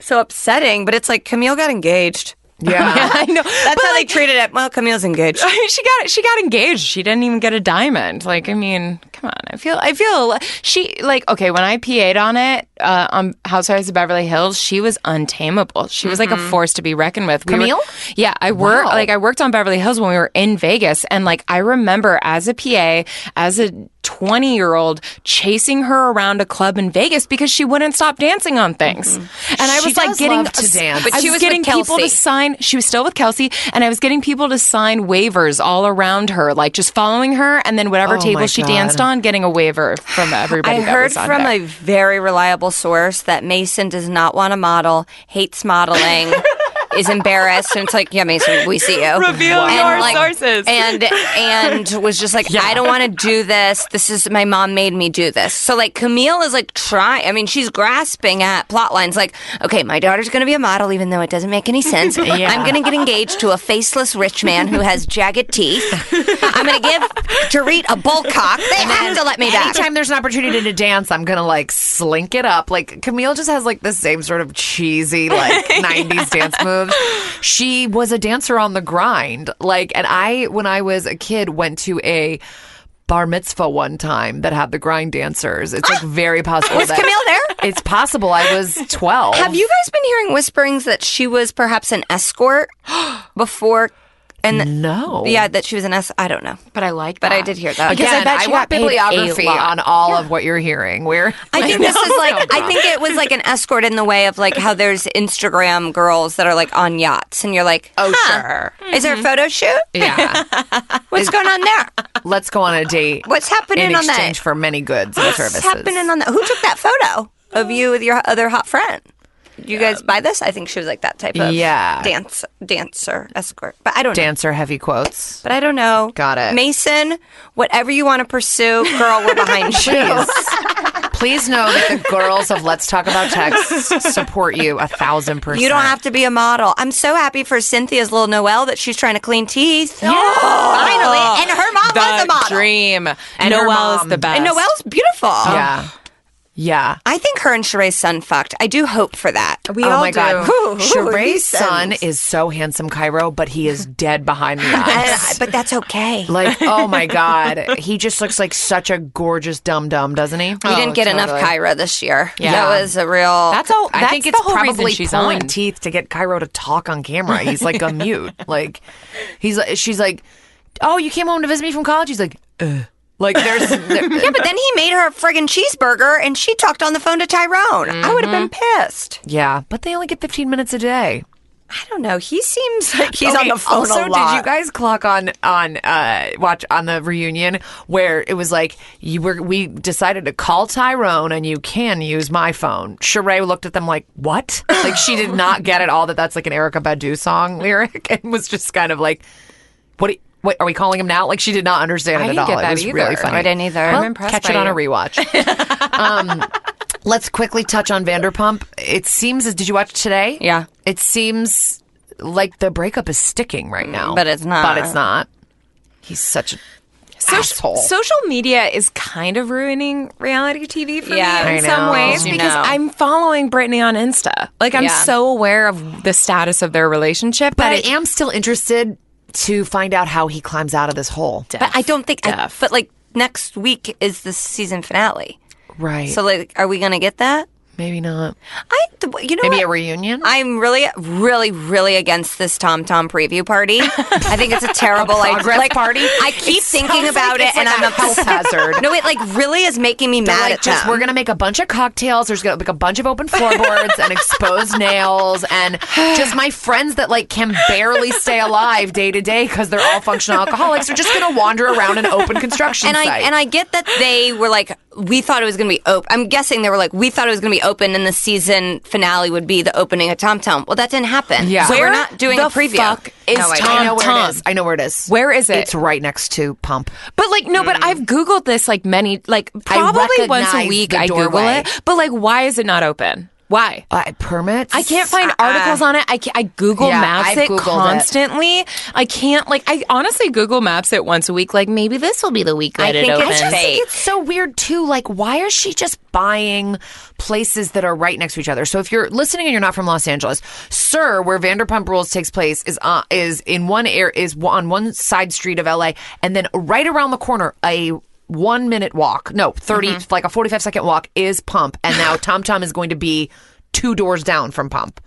[SPEAKER 4] so upsetting. But it's like Camille got engaged.
[SPEAKER 2] Yeah.
[SPEAKER 3] I know.
[SPEAKER 4] That's how they treated it. Well, Camille's engaged.
[SPEAKER 3] I mean, she got she got engaged. She didn't even get a diamond. Like, I mean, come on. I feel I feel she like okay when I PA'd on it uh, on Housewives of Beverly Hills, she was untamable. She was like a force to be reckoned with. We were-
[SPEAKER 2] Camille?
[SPEAKER 3] yeah, I worked like I worked on Beverly Hills when we were in Vegas, and like I remember as a PA, as a 20 year old chasing her around a club in Vegas because she wouldn't stop dancing on things. And I
[SPEAKER 2] She
[SPEAKER 3] was like
[SPEAKER 2] does
[SPEAKER 3] getting
[SPEAKER 2] love to dance.
[SPEAKER 3] But
[SPEAKER 4] But she
[SPEAKER 3] she was
[SPEAKER 4] was with
[SPEAKER 3] getting people to
[SPEAKER 4] Kelsey.
[SPEAKER 3] sign. She was still with Kelsey, and I was getting people to sign waivers all around her, like just following her, and then whatever
[SPEAKER 2] Oh my
[SPEAKER 3] table she danced
[SPEAKER 2] God.
[SPEAKER 3] on, getting a waiver from everybody.
[SPEAKER 4] I
[SPEAKER 3] that
[SPEAKER 4] heard
[SPEAKER 3] was on
[SPEAKER 4] from
[SPEAKER 3] there.
[SPEAKER 4] a very reliable source that Mason does not want to model, hates modeling, is embarrassed, and it's like, yeah, Mason, we see you.
[SPEAKER 3] Reveal
[SPEAKER 4] and
[SPEAKER 3] your sources.
[SPEAKER 4] And and was just like, I don't want to do this. This is my mom made me do this. So like, Camille is like trying. I mean, she's grasping at plot lines. Like, okay, my daughter's going to be a model, even though it doesn't make any sense. I'm going to get engaged to a faceless rich man who has jagged teeth. I'm going to give Dorit a bull cock. They have to let me back.
[SPEAKER 2] Anytime there's an opportunity to dance, I'm gonna like slink it up. Like Camille just has like the same sort of cheesy like '90s dance moves. She was a dancer on the grind. Like, and I when I was a kid went to a bar mitzvah one time that had the grind dancers. It's like very possible.
[SPEAKER 4] Was
[SPEAKER 2] that-
[SPEAKER 4] Camille there?
[SPEAKER 2] It's possible. I was 12.
[SPEAKER 4] Have you guys been hearing whisperings that she was perhaps an escort before? And
[SPEAKER 2] No.
[SPEAKER 4] yeah, that she was an es. I don't know,
[SPEAKER 3] but I like,
[SPEAKER 4] but I
[SPEAKER 3] that.
[SPEAKER 4] did hear that.
[SPEAKER 3] Because I
[SPEAKER 2] Again,
[SPEAKER 3] bet she
[SPEAKER 2] want
[SPEAKER 3] got paid a
[SPEAKER 2] bibliography
[SPEAKER 3] lot.
[SPEAKER 2] on all of what you're hearing. We're
[SPEAKER 4] I think this is like I think it was like an escort in the way of like how there's Instagram girls that are like on yachts, and you're like, oh
[SPEAKER 2] sure. Mm-hmm.
[SPEAKER 4] is there a photo shoot?
[SPEAKER 2] yeah.
[SPEAKER 4] What's going on there?
[SPEAKER 2] Let's go on a date.
[SPEAKER 4] What's
[SPEAKER 2] in
[SPEAKER 4] happening on that?
[SPEAKER 2] exchange for many goods and services.
[SPEAKER 4] What's happening on that? Who took that photo of you with your other hot friend? Did You guys buy this? I think she was like that type of
[SPEAKER 2] Yeah.
[SPEAKER 4] dance dancer escort, but I don't know.
[SPEAKER 2] Dancer heavy quotes.
[SPEAKER 4] But I don't know.
[SPEAKER 2] Got it.
[SPEAKER 4] Mason, whatever you want to pursue, girl, we're behind you.
[SPEAKER 2] Please, please know that the girls of Let's Talk About Texts support you a thousand percent.
[SPEAKER 4] You don't have to be a model. I'm so happy for Cynthia's little Noelle that she's trying to clean teeth. finally. And her mom was a model.
[SPEAKER 3] dream. And
[SPEAKER 2] her
[SPEAKER 3] Noelle is
[SPEAKER 2] mom.
[SPEAKER 3] the best.
[SPEAKER 4] And Noelle's beautiful.
[SPEAKER 2] Yeah, yeah.
[SPEAKER 4] I think her and Sheree's son fucked. I do hope for that. We
[SPEAKER 2] oh my God,
[SPEAKER 4] Whew, whew,
[SPEAKER 2] Sheree's
[SPEAKER 4] these
[SPEAKER 2] son
[SPEAKER 4] sons.
[SPEAKER 2] is so handsome, Cairo, but he is dead behind the eyes.
[SPEAKER 4] And- but that's okay.
[SPEAKER 2] Like, oh my God, he just looks like such a gorgeous dum dum, doesn't he? Oh,
[SPEAKER 4] we didn't get enough Kyra this year.
[SPEAKER 3] Yeah.
[SPEAKER 4] That was a real.
[SPEAKER 3] That's all.
[SPEAKER 2] I
[SPEAKER 3] that's
[SPEAKER 2] think it's
[SPEAKER 3] the whole reason
[SPEAKER 2] probably
[SPEAKER 3] she's
[SPEAKER 2] pulling
[SPEAKER 3] on.
[SPEAKER 2] teeth to get Cairo to talk on camera. He's like a mute. Like he's uh, she's like, oh, you came home to visit me from college. He's like, uh. like there's there-
[SPEAKER 4] yeah, but then he made her a friggin' cheeseburger and she talked on the phone to Tyrone. I would have been pissed.
[SPEAKER 2] yeah, but they only get 15 minutes a day.
[SPEAKER 4] I don't know. He seems like he's on
[SPEAKER 2] Okay,
[SPEAKER 4] the phone
[SPEAKER 2] Also,
[SPEAKER 4] a lot.
[SPEAKER 2] did you guys clock on on uh, watch on the reunion where it was like you were we decided to call Tyrone and you can use my phone. Sheree looked at them like what? Like she did not get at all that that's like an Erica Badu song lyric and was just kind of like what. are- What are we calling him now? Like she did not understand
[SPEAKER 3] I
[SPEAKER 2] it
[SPEAKER 3] didn't
[SPEAKER 2] at all.
[SPEAKER 3] get that
[SPEAKER 2] it was
[SPEAKER 3] either.
[SPEAKER 2] really funny.
[SPEAKER 3] I didn't either. I'm
[SPEAKER 2] Well,
[SPEAKER 3] impressed
[SPEAKER 2] Catch
[SPEAKER 3] by
[SPEAKER 2] it on
[SPEAKER 3] you.
[SPEAKER 2] a rewatch. um, let's quickly touch on Vanderpump. It seems. Did you watch today?
[SPEAKER 4] Yeah.
[SPEAKER 2] It seems like the breakup is sticking right now.
[SPEAKER 4] Mm, But it's not.
[SPEAKER 2] But it's not. He's such a asshole.
[SPEAKER 3] Social media is kind of ruining reality TV for
[SPEAKER 4] Yeah,
[SPEAKER 3] me
[SPEAKER 2] I
[SPEAKER 3] in some
[SPEAKER 2] know.
[SPEAKER 3] ways
[SPEAKER 4] You
[SPEAKER 3] because
[SPEAKER 4] know.
[SPEAKER 3] I'm following Brittany on Insta. Like I'm
[SPEAKER 4] Yeah.
[SPEAKER 3] so aware of the status of their relationship,
[SPEAKER 2] but
[SPEAKER 3] but,
[SPEAKER 2] I
[SPEAKER 3] it-
[SPEAKER 2] am still interested to find out how he climbs out of this hole.
[SPEAKER 4] But I don't think. I,
[SPEAKER 3] Deaf.
[SPEAKER 4] but like next week is the season finale.
[SPEAKER 2] Right.
[SPEAKER 4] So like, are we gonna get that?
[SPEAKER 2] maybe not.
[SPEAKER 4] I th- you know
[SPEAKER 2] Maybe
[SPEAKER 4] what?
[SPEAKER 2] a reunion.
[SPEAKER 4] I'm really, really, really against this Tom Tom preview party. I think it's a terrible idea.
[SPEAKER 2] progress
[SPEAKER 4] Like,
[SPEAKER 2] party?
[SPEAKER 4] I keep thinking
[SPEAKER 2] sounds
[SPEAKER 4] about
[SPEAKER 2] like
[SPEAKER 4] it,
[SPEAKER 2] it's
[SPEAKER 4] and
[SPEAKER 2] like
[SPEAKER 4] I'm
[SPEAKER 2] a
[SPEAKER 4] obsessed.
[SPEAKER 2] health hazard.
[SPEAKER 4] No, it like really is making me
[SPEAKER 2] They're
[SPEAKER 4] mad
[SPEAKER 2] like
[SPEAKER 4] at
[SPEAKER 2] just
[SPEAKER 4] them.
[SPEAKER 2] we're gonna make a bunch of cocktails. There's gonna be a bunch of open floorboards and exposed nails and just my friends that like can barely stay alive day to day because they're all functional alcoholics are just gonna wander around an open construction
[SPEAKER 4] and
[SPEAKER 2] site.
[SPEAKER 4] I and I get that they were like we thought it was going to be open. I'm guessing they were like we thought it was going to be open, and the season finale would be the opening of Tom Tom. Well, that didn't happen.
[SPEAKER 2] Yeah.
[SPEAKER 4] so
[SPEAKER 2] Where
[SPEAKER 4] we're not doing
[SPEAKER 3] the
[SPEAKER 4] a preview.
[SPEAKER 3] fuck is
[SPEAKER 4] No idea.
[SPEAKER 3] Tom
[SPEAKER 2] I know where
[SPEAKER 3] Tom.
[SPEAKER 2] it is. I know where it is.
[SPEAKER 3] Where is it?
[SPEAKER 2] It's right next to Pump.
[SPEAKER 3] But like no, but I've googled this like many like probably once a
[SPEAKER 2] recognize
[SPEAKER 3] week
[SPEAKER 2] the
[SPEAKER 3] I google
[SPEAKER 2] doorway.
[SPEAKER 3] it. But like why is it not open? Why?
[SPEAKER 2] Uh, permits.
[SPEAKER 3] I can't find articles on it. I, ca- I Google
[SPEAKER 2] Yeah,
[SPEAKER 3] Maps
[SPEAKER 2] I've
[SPEAKER 3] it
[SPEAKER 2] Googled it.
[SPEAKER 3] constantly. I can't like I honestly Google Maps it once a week. Like maybe this will be the week that
[SPEAKER 4] I
[SPEAKER 3] it
[SPEAKER 4] think
[SPEAKER 3] opens.
[SPEAKER 4] it's
[SPEAKER 2] I
[SPEAKER 4] fake.
[SPEAKER 2] think it's so weird too. Like, why is she just buying places that are right next to each other? So if you're listening and you're not from Los Angeles, Sir, where Vanderpump Rules takes place, is uh, is in one air is on one side street of LA, and then right around the corner a one minute walk, no, 30,
[SPEAKER 4] Mm-hmm.
[SPEAKER 2] like a 45 second walk is pump. And now Tom Tom is going to be two doors down from pump.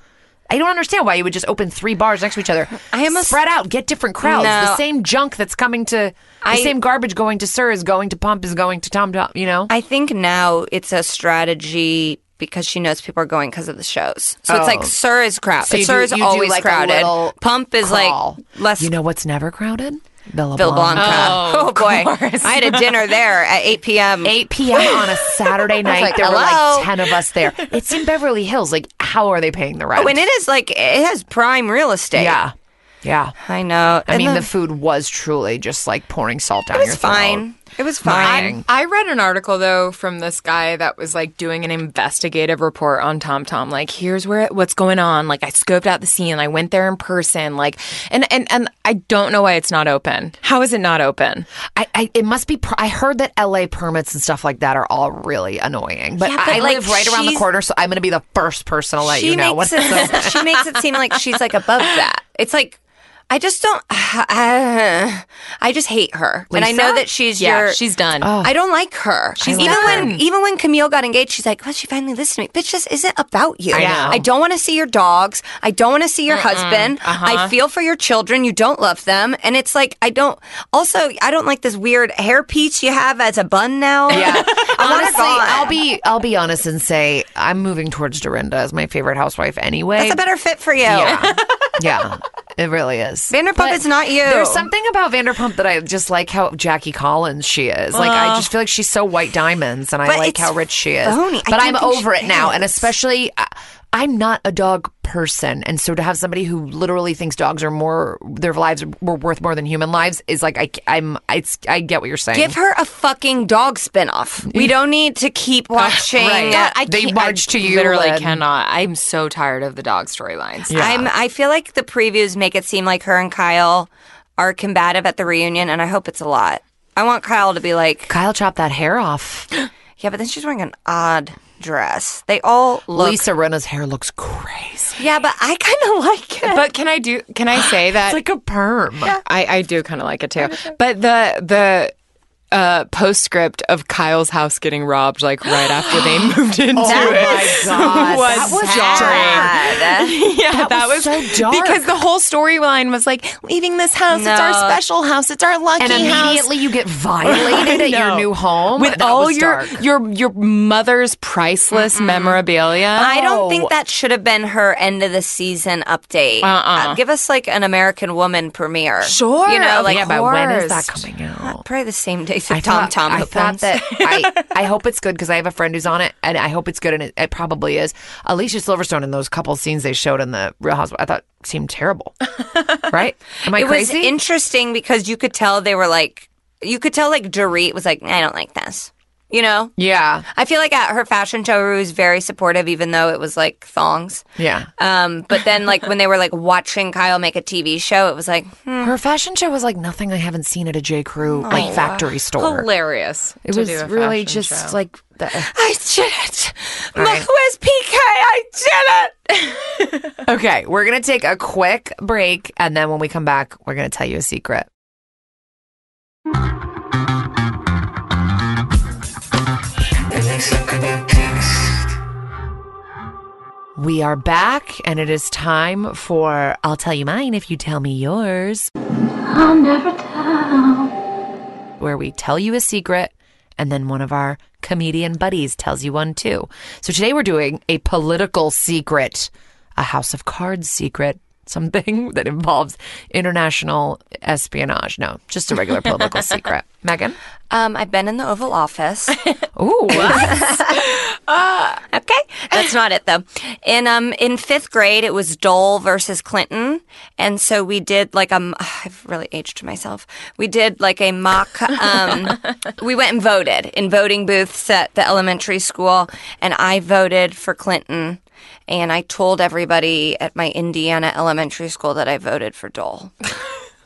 [SPEAKER 2] I don't understand why you would just open three bars next to each other.
[SPEAKER 4] I am a-
[SPEAKER 2] spread out, get different crowds.
[SPEAKER 4] No.
[SPEAKER 2] The same junk that's coming to the
[SPEAKER 4] I-
[SPEAKER 2] same garbage going to Sir is going to Pump is going to Tom Tom. You know,
[SPEAKER 4] I think now it's a strategy because she knows people are going because of the shows. So it's like Sir is crowded.
[SPEAKER 2] Oh. you
[SPEAKER 4] Sir
[SPEAKER 2] do-
[SPEAKER 4] is
[SPEAKER 2] you do
[SPEAKER 4] always
[SPEAKER 2] like a
[SPEAKER 4] crowded.
[SPEAKER 2] little
[SPEAKER 4] Pump is
[SPEAKER 2] crawl.
[SPEAKER 4] like less
[SPEAKER 2] you know what's never crowded? Bella
[SPEAKER 4] Bill
[SPEAKER 2] Blanc. Uh,
[SPEAKER 4] Blanca. Oh, boy. I had a dinner there at 8 p.m.
[SPEAKER 2] 8 p.m. on a Saturday night.
[SPEAKER 4] like,
[SPEAKER 2] there were
[SPEAKER 4] "Hello?"
[SPEAKER 2] like 10 of us there. It's in Beverly Hills. Like, how are they paying the rent?
[SPEAKER 4] When Oh, it is like, it has prime real estate.
[SPEAKER 2] yeah. Yeah.
[SPEAKER 4] I know.
[SPEAKER 2] I
[SPEAKER 4] And
[SPEAKER 2] mean,
[SPEAKER 4] then-
[SPEAKER 2] the food was truly just like pouring salt down
[SPEAKER 4] it
[SPEAKER 2] your
[SPEAKER 4] was
[SPEAKER 2] throat.
[SPEAKER 4] fine. It was fine.
[SPEAKER 2] Fine.
[SPEAKER 3] I read an article though from this guy that was like doing an investigative report on TomTom. Like, here's where what's going on. Like, I scoped out the scene. I went there in person. Like, and and and I don't know why it's not open. How is it not open?
[SPEAKER 2] I, I it must be. Per- I heard that LA permits and stuff like that are all really annoying. But,
[SPEAKER 4] Yeah, but,
[SPEAKER 2] I
[SPEAKER 4] like,
[SPEAKER 2] live right around the
[SPEAKER 4] she's-
[SPEAKER 2] corner, so I'm going to be the first person to let
[SPEAKER 4] she
[SPEAKER 2] you know.
[SPEAKER 4] makes
[SPEAKER 2] what's
[SPEAKER 4] it. she makes it seem like she's like above that. It's like I just don't. I just hate her, and I know
[SPEAKER 2] Lisa?
[SPEAKER 4] that she's
[SPEAKER 3] Yeah,
[SPEAKER 4] your.
[SPEAKER 3] she's done.
[SPEAKER 4] I don't like her. She's even
[SPEAKER 2] love
[SPEAKER 4] when even when Camille got engaged, she's like, "Well, she finally listened to me." Bitch, this isn't about you. I,
[SPEAKER 2] know.
[SPEAKER 4] don't want to see your dogs. I don't want to see your husband. I feel for your children. You don't love them, and it's like I don't. Also, I don't like this weird hair piece you have as a bun now.
[SPEAKER 2] Yeah.
[SPEAKER 4] I want her
[SPEAKER 2] Honestly,
[SPEAKER 4] gone.
[SPEAKER 2] I'll be I'll be honest and say I'm moving towards Dorinda as my favorite housewife anyway.
[SPEAKER 4] That's a better fit for you.
[SPEAKER 2] Yeah. yeah. It really is.
[SPEAKER 4] Vanderpump is not you.
[SPEAKER 2] There's something about Vanderpump that I just like how Jackie Collins she is. Like I just feel like she's so white diamonds, and I
[SPEAKER 4] But
[SPEAKER 2] like
[SPEAKER 4] it's
[SPEAKER 2] how rich she is.
[SPEAKER 4] phony. I
[SPEAKER 2] But
[SPEAKER 4] don't
[SPEAKER 2] I'm
[SPEAKER 4] think she
[SPEAKER 2] over it now, and
[SPEAKER 4] is.
[SPEAKER 2] especially I- I'm not a dog person, and so to have somebody who literally thinks dogs are more their lives were worth more than human lives is like I I'm it's I get what you're saying.
[SPEAKER 4] Give her a fucking dog spinoff. We don't need to keep watching.
[SPEAKER 2] Right.
[SPEAKER 4] that. I,
[SPEAKER 2] they
[SPEAKER 3] can't-
[SPEAKER 2] march
[SPEAKER 3] I
[SPEAKER 2] to you.
[SPEAKER 3] Literally
[SPEAKER 2] and-
[SPEAKER 3] cannot. I'm so tired of the dog storylines.
[SPEAKER 4] I'm, I feel like the previews make it seem like her and Kyle are combative at the reunion, and I hope it's a lot. I want Kyle to be like,
[SPEAKER 2] Kyle chopped that hair off.
[SPEAKER 4] yeah, but then she's wearing an odd dress. They all look.
[SPEAKER 2] Lisa Rinna's hair looks crazy.
[SPEAKER 4] Yeah, but I kind of like it.
[SPEAKER 3] But can I do? Can I say that?
[SPEAKER 2] It's like a perm.
[SPEAKER 3] I, I do kind of like it too. But the the uh, postscript of Kyle's house getting robbed, like right after they moved into it, was
[SPEAKER 2] Oh that was
[SPEAKER 3] jarring.
[SPEAKER 4] Sad.
[SPEAKER 3] Yeah, that,
[SPEAKER 2] was so dark.
[SPEAKER 3] because the whole storyline was like leaving this house. It's our
[SPEAKER 4] No.
[SPEAKER 3] special house. It's our lucky
[SPEAKER 2] and
[SPEAKER 3] house.
[SPEAKER 2] immediately you get violated at your
[SPEAKER 3] No.
[SPEAKER 2] new home
[SPEAKER 3] with
[SPEAKER 2] That
[SPEAKER 3] all
[SPEAKER 2] was
[SPEAKER 3] your
[SPEAKER 2] dark.
[SPEAKER 3] your your mother's priceless memorabilia.
[SPEAKER 4] I don't
[SPEAKER 2] Oh.
[SPEAKER 4] think that should have been her end of the season update. Uh,
[SPEAKER 3] Uh-uh.
[SPEAKER 4] give us like an American Woman premiere.
[SPEAKER 3] Sure,
[SPEAKER 4] You know,
[SPEAKER 3] of
[SPEAKER 4] like
[SPEAKER 2] Oh, yeah, but when is that
[SPEAKER 3] course.
[SPEAKER 2] coming out?
[SPEAKER 4] probably the same day. I Tom Tom.
[SPEAKER 2] I thought
[SPEAKER 4] opens.
[SPEAKER 2] that I, I hope it's good because I have a friend who's on it, and I hope it's good, and it, it probably is. Alicia Silverstone in those couple scenes they showed in the Real Housewives, I thought seemed terrible. right? Am I
[SPEAKER 4] it
[SPEAKER 2] crazy?
[SPEAKER 4] was interesting because you could tell they were like you could tell like Dorit was like I don't like this, you know.
[SPEAKER 2] yeah,
[SPEAKER 4] I feel like at her fashion show, Rue was very supportive, even though it was like thongs.
[SPEAKER 2] yeah.
[SPEAKER 4] Um, but then like when they were like watching Kyle make a TV show, it was like hmm,
[SPEAKER 2] Her fashion show was like nothing I haven't seen at a J
[SPEAKER 4] Oh,
[SPEAKER 2] Crew like factory store.
[SPEAKER 3] hilarious.
[SPEAKER 2] It was really just like the,
[SPEAKER 4] I did it. Look who is PK. I did it.
[SPEAKER 2] okay. We're gonna take a quick break, and then when we come back, we're gonna tell you a secret. We are back, and it is time for I'll tell you mine if you tell me yours. I'll never tell. Where we tell you a secret, and then one of our comedian buddies tells you one too. So today we're doing a political secret, a House of Cards secret, something that involves international espionage. No, just a regular political secret. Megan?
[SPEAKER 4] Um, I've been in the Oval Office.
[SPEAKER 2] Ooh.
[SPEAKER 4] Okay, that's not it though. In um in fifth grade, it was Dole versus Clinton, and so we did like um I've really aged myself. We did like a mock. Um, we went and voted in voting booths at the elementary school, and I voted for Clinton, and I told everybody at my Indiana elementary school that I voted for Dole.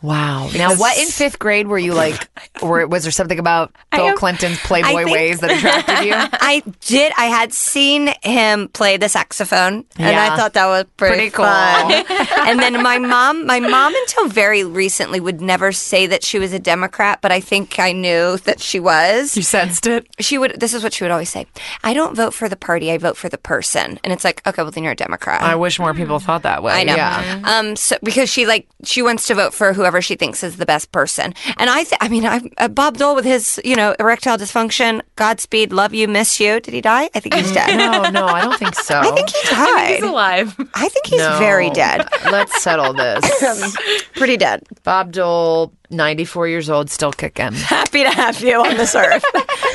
[SPEAKER 2] Wow. Now, what in fifth grade were you like? Or was there something about Bill
[SPEAKER 4] am-
[SPEAKER 2] Clinton's Playboy
[SPEAKER 4] I think-
[SPEAKER 2] ways that attracted you?
[SPEAKER 4] I did. I had seen him play the saxophone, and
[SPEAKER 2] Yeah.
[SPEAKER 4] I thought that was pretty,
[SPEAKER 2] Pretty cool.
[SPEAKER 4] fun. and then my mom, my mom until very recently would never say that she was a Democrat, but I think I knew that she was.
[SPEAKER 2] sensed it.
[SPEAKER 4] She would. This is what she would always say: "I don't vote for the party; I vote for the person." And it's like, okay, well then you're a Democrat.
[SPEAKER 2] I wish more people thought that way.
[SPEAKER 4] I know.
[SPEAKER 2] Yeah.
[SPEAKER 4] Um, so because she like she wants to vote for whoever she thinks is the best person, and I th- I mean I uh, Bob Dole with his you know erectile dysfunction, Godspeed, love you, miss you. Did he die? I think he's dead.
[SPEAKER 2] No, Oh, no, I don't think so.
[SPEAKER 4] I think he died.
[SPEAKER 3] alive.
[SPEAKER 4] I think he's
[SPEAKER 2] No.
[SPEAKER 4] very dead,
[SPEAKER 2] Let's settle this.
[SPEAKER 4] pretty dead.
[SPEAKER 2] Bob Dole, 94 years old, still kicking.
[SPEAKER 4] Happy to have you on this earth.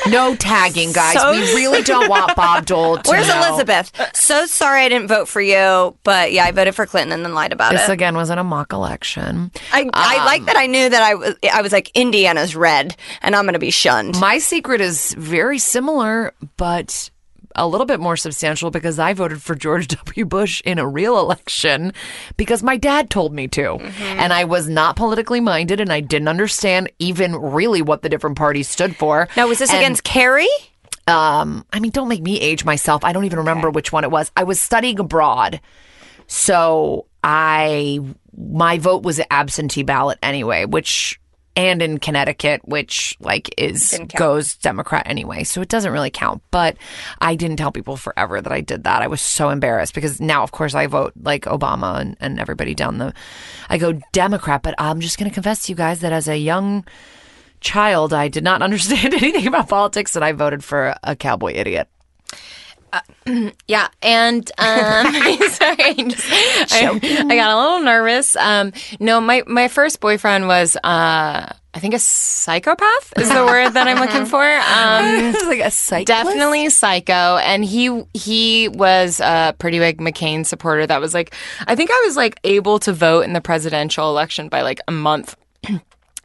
[SPEAKER 2] No tagging, guys.
[SPEAKER 4] So-
[SPEAKER 2] we really don't want Bob Dole to.
[SPEAKER 4] Where's
[SPEAKER 2] know.
[SPEAKER 4] Elizabeth? So sorry I didn't vote for you, but yeah, I voted for Clinton and then lied about
[SPEAKER 2] This
[SPEAKER 4] it.
[SPEAKER 2] again was in a mock election.
[SPEAKER 4] I, I like that I knew that I was I was like Indiana's red and I'm going to be shunned.
[SPEAKER 2] My secret is very similar, but a little bit more substantial because I voted for George W. Bush in a real election because my dad told me to. And I was not politically minded and I didn't understand even really what the different parties stood for.
[SPEAKER 4] now was this
[SPEAKER 2] And,
[SPEAKER 4] against Carrie?
[SPEAKER 2] um I mean don't make me age myself. I don't even remember which one it was. I was studying abroad. So I my vote was an absentee ballot anyway, which and in Connecticut, which like is goes Democrat anyway, so it doesn't really count. But I didn't tell people forever that I did that. I was so embarrassed because now, of course, I vote like Obama and, and everybody down the. I go Democrat, but I'm just going to confess to you guys that as a young child, I did not understand anything about politics, and I voted for a cowboy idiot.
[SPEAKER 3] Yeah, and um, sorry, I, just- I, I got a little nervous. Um, no, my my first boyfriend was uh, I think a psychopath is the word that I'm looking for. Um,
[SPEAKER 2] This is like a psych.
[SPEAKER 3] definitely psycho, and he he was a pretty big McCain supporter. That was like I think I was like able to vote in the presidential election by like a month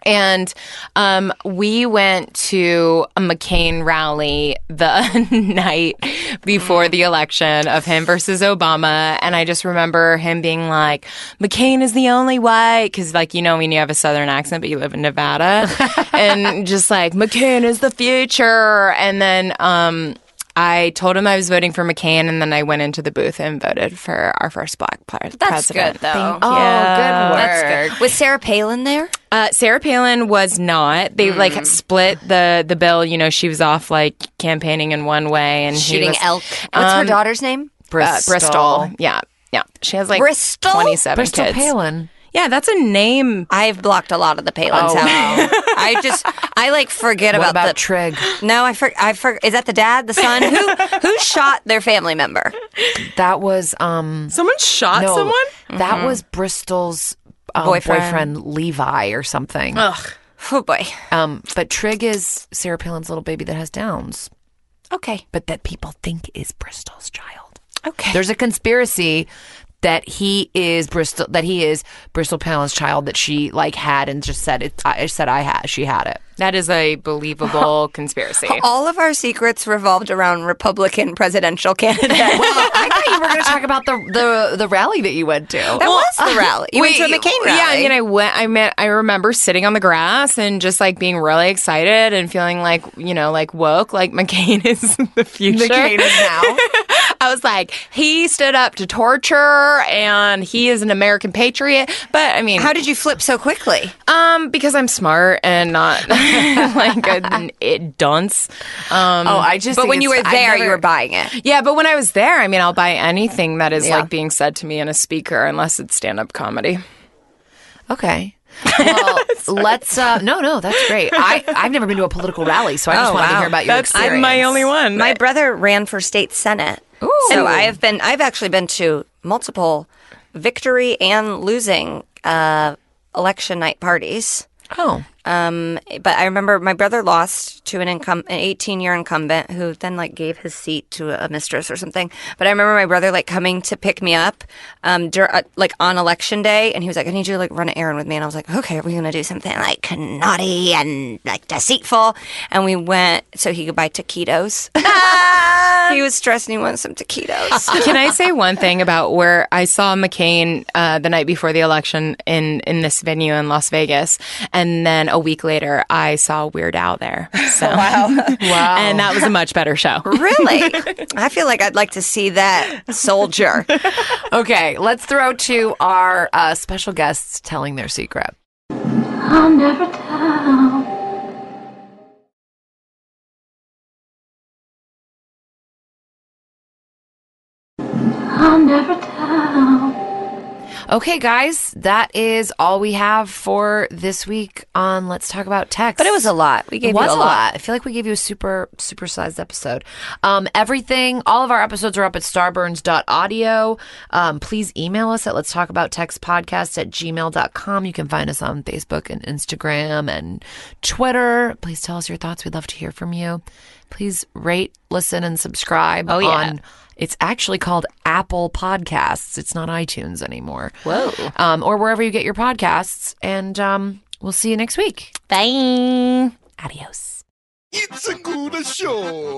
[SPEAKER 3] and um, we went to a McCain rally the night before the election of him versus Obama. And I just remember him being like, McCain is the only way. Cause, like, you know, when you have a Southern accent, but you live in Nevada. and just like, McCain is the future. And then, um, I told him I was voting for McCain, and then I went into the booth and voted for our first black pres-
[SPEAKER 4] That's
[SPEAKER 3] president.
[SPEAKER 4] good though.
[SPEAKER 2] Oh, good work.
[SPEAKER 4] That's good. Was Sarah Palin there?
[SPEAKER 3] Uh, Sarah Palin was not. They like split the the bill. You know, she was off like campaigning in one way and he
[SPEAKER 4] Shooting
[SPEAKER 3] was-
[SPEAKER 4] elk. What's her daughter's name?
[SPEAKER 3] uh, Bristol. Yeah, yeah. She has like
[SPEAKER 4] Bristol?
[SPEAKER 3] twenty seven
[SPEAKER 2] Bristol
[SPEAKER 3] kids.
[SPEAKER 2] Palin.
[SPEAKER 3] Yeah, that's a name.
[SPEAKER 4] I've blocked a lot of the Palins
[SPEAKER 2] Oh,
[SPEAKER 4] out. I just, I like forget
[SPEAKER 2] What
[SPEAKER 4] about,
[SPEAKER 2] about
[SPEAKER 4] the.
[SPEAKER 2] Trig?
[SPEAKER 4] no, I for, I for, is that the dad, the son? Who who shot their family member?
[SPEAKER 2] That was um
[SPEAKER 3] Someone shot
[SPEAKER 2] no,
[SPEAKER 3] someone.
[SPEAKER 2] that was Bristol's um, boyfriend.
[SPEAKER 4] Boyfriend.
[SPEAKER 2] Levi or something.
[SPEAKER 4] Oh boy.
[SPEAKER 2] Um, but Trig is Sarah Palin's little baby that has Downs,
[SPEAKER 4] Okay.
[SPEAKER 2] but that people think is Bristol's child.
[SPEAKER 4] Okay.
[SPEAKER 2] There's a conspiracy that he is Bristol that he is Bristol Palin's child that she like had and just said it. I said I had she had it.
[SPEAKER 3] That is a believable conspiracy.
[SPEAKER 4] All of our secrets revolved around Republican presidential candidates.
[SPEAKER 2] Well, I thought you were going to talk about the the the rally that you went to.
[SPEAKER 4] that was the rally. You went to a McCain rally.
[SPEAKER 3] Yeah, I mean, I went. I mean, I remember sitting on the grass and just like being really excited and feeling like you know, like woke, like McCain is the future.
[SPEAKER 2] McCain is now.
[SPEAKER 3] I was like, he stood up to torture and he is an American patriot. But I mean,
[SPEAKER 4] How did you flip so quickly?
[SPEAKER 3] um, because I'm smart and not like a it dunce. Um,
[SPEAKER 2] Oh, I just.
[SPEAKER 4] But
[SPEAKER 2] think
[SPEAKER 4] when you were
[SPEAKER 2] it's- I
[SPEAKER 4] there, you
[SPEAKER 2] never-
[SPEAKER 4] were buying it.
[SPEAKER 3] yeah, but when I was there, I mean, I'll buy anything that is like being said to me in a speaker, unless it's stand up comedy.
[SPEAKER 2] Okay. Well, let's. Uh, no, no, that's great. I I've never been to a political rally, so I just
[SPEAKER 4] Oh,
[SPEAKER 2] wanted to
[SPEAKER 4] wow.
[SPEAKER 2] hear about your experience.
[SPEAKER 3] one.
[SPEAKER 4] Um, My brother ran for state senate. So I have been. I've actually been to multiple victory and losing uh, election night parties.
[SPEAKER 2] Oh,
[SPEAKER 4] Um, but I remember my brother lost to an incum an 18 year incumbent who then like gave his seat to a mistress or something. But I remember my brother like coming to pick me up, um, dur- uh, like on election day, and he was like, "I need you to like run an errand with me." And I was like, "Okay, are we gonna do something like naughty and like deceitful?" And we went so he could buy taquitos. He was stressed and he wanted some taquitos.
[SPEAKER 3] Can I say one thing about where I saw McCain uh, the night before the election in in this venue in Las Vegas, and then a week later I saw Weird Al there. So. wow, wow, and that was a much better show.
[SPEAKER 4] really? I feel like I'd like to see that soldier.
[SPEAKER 2] Okay, let's throw to our uh, special guests telling their secret.
[SPEAKER 6] I'll never tell. I'll never tell.
[SPEAKER 2] Okay, guys, that is all we have for this week on Let's Talk About Text.
[SPEAKER 4] But it was a lot. We gave
[SPEAKER 2] it was
[SPEAKER 4] you a, lot.
[SPEAKER 2] I feel like we gave you a super super sized episode. Um, everything, all of our episodes are up at starburns.audio. Um, please email us at let's talk about text podcast at gmail.com. You can find us on Facebook and Instagram and Twitter. Please tell us your thoughts. We'd love to hear from you. Please rate, listen, and subscribe
[SPEAKER 3] Oh, yeah.
[SPEAKER 2] on it's actually called Apple Podcasts. It's not iTunes anymore. Whoa. Um, or wherever you get your podcasts. And um, we'll see you next week.
[SPEAKER 3] Bye.
[SPEAKER 2] Adios.
[SPEAKER 7] It's a good show.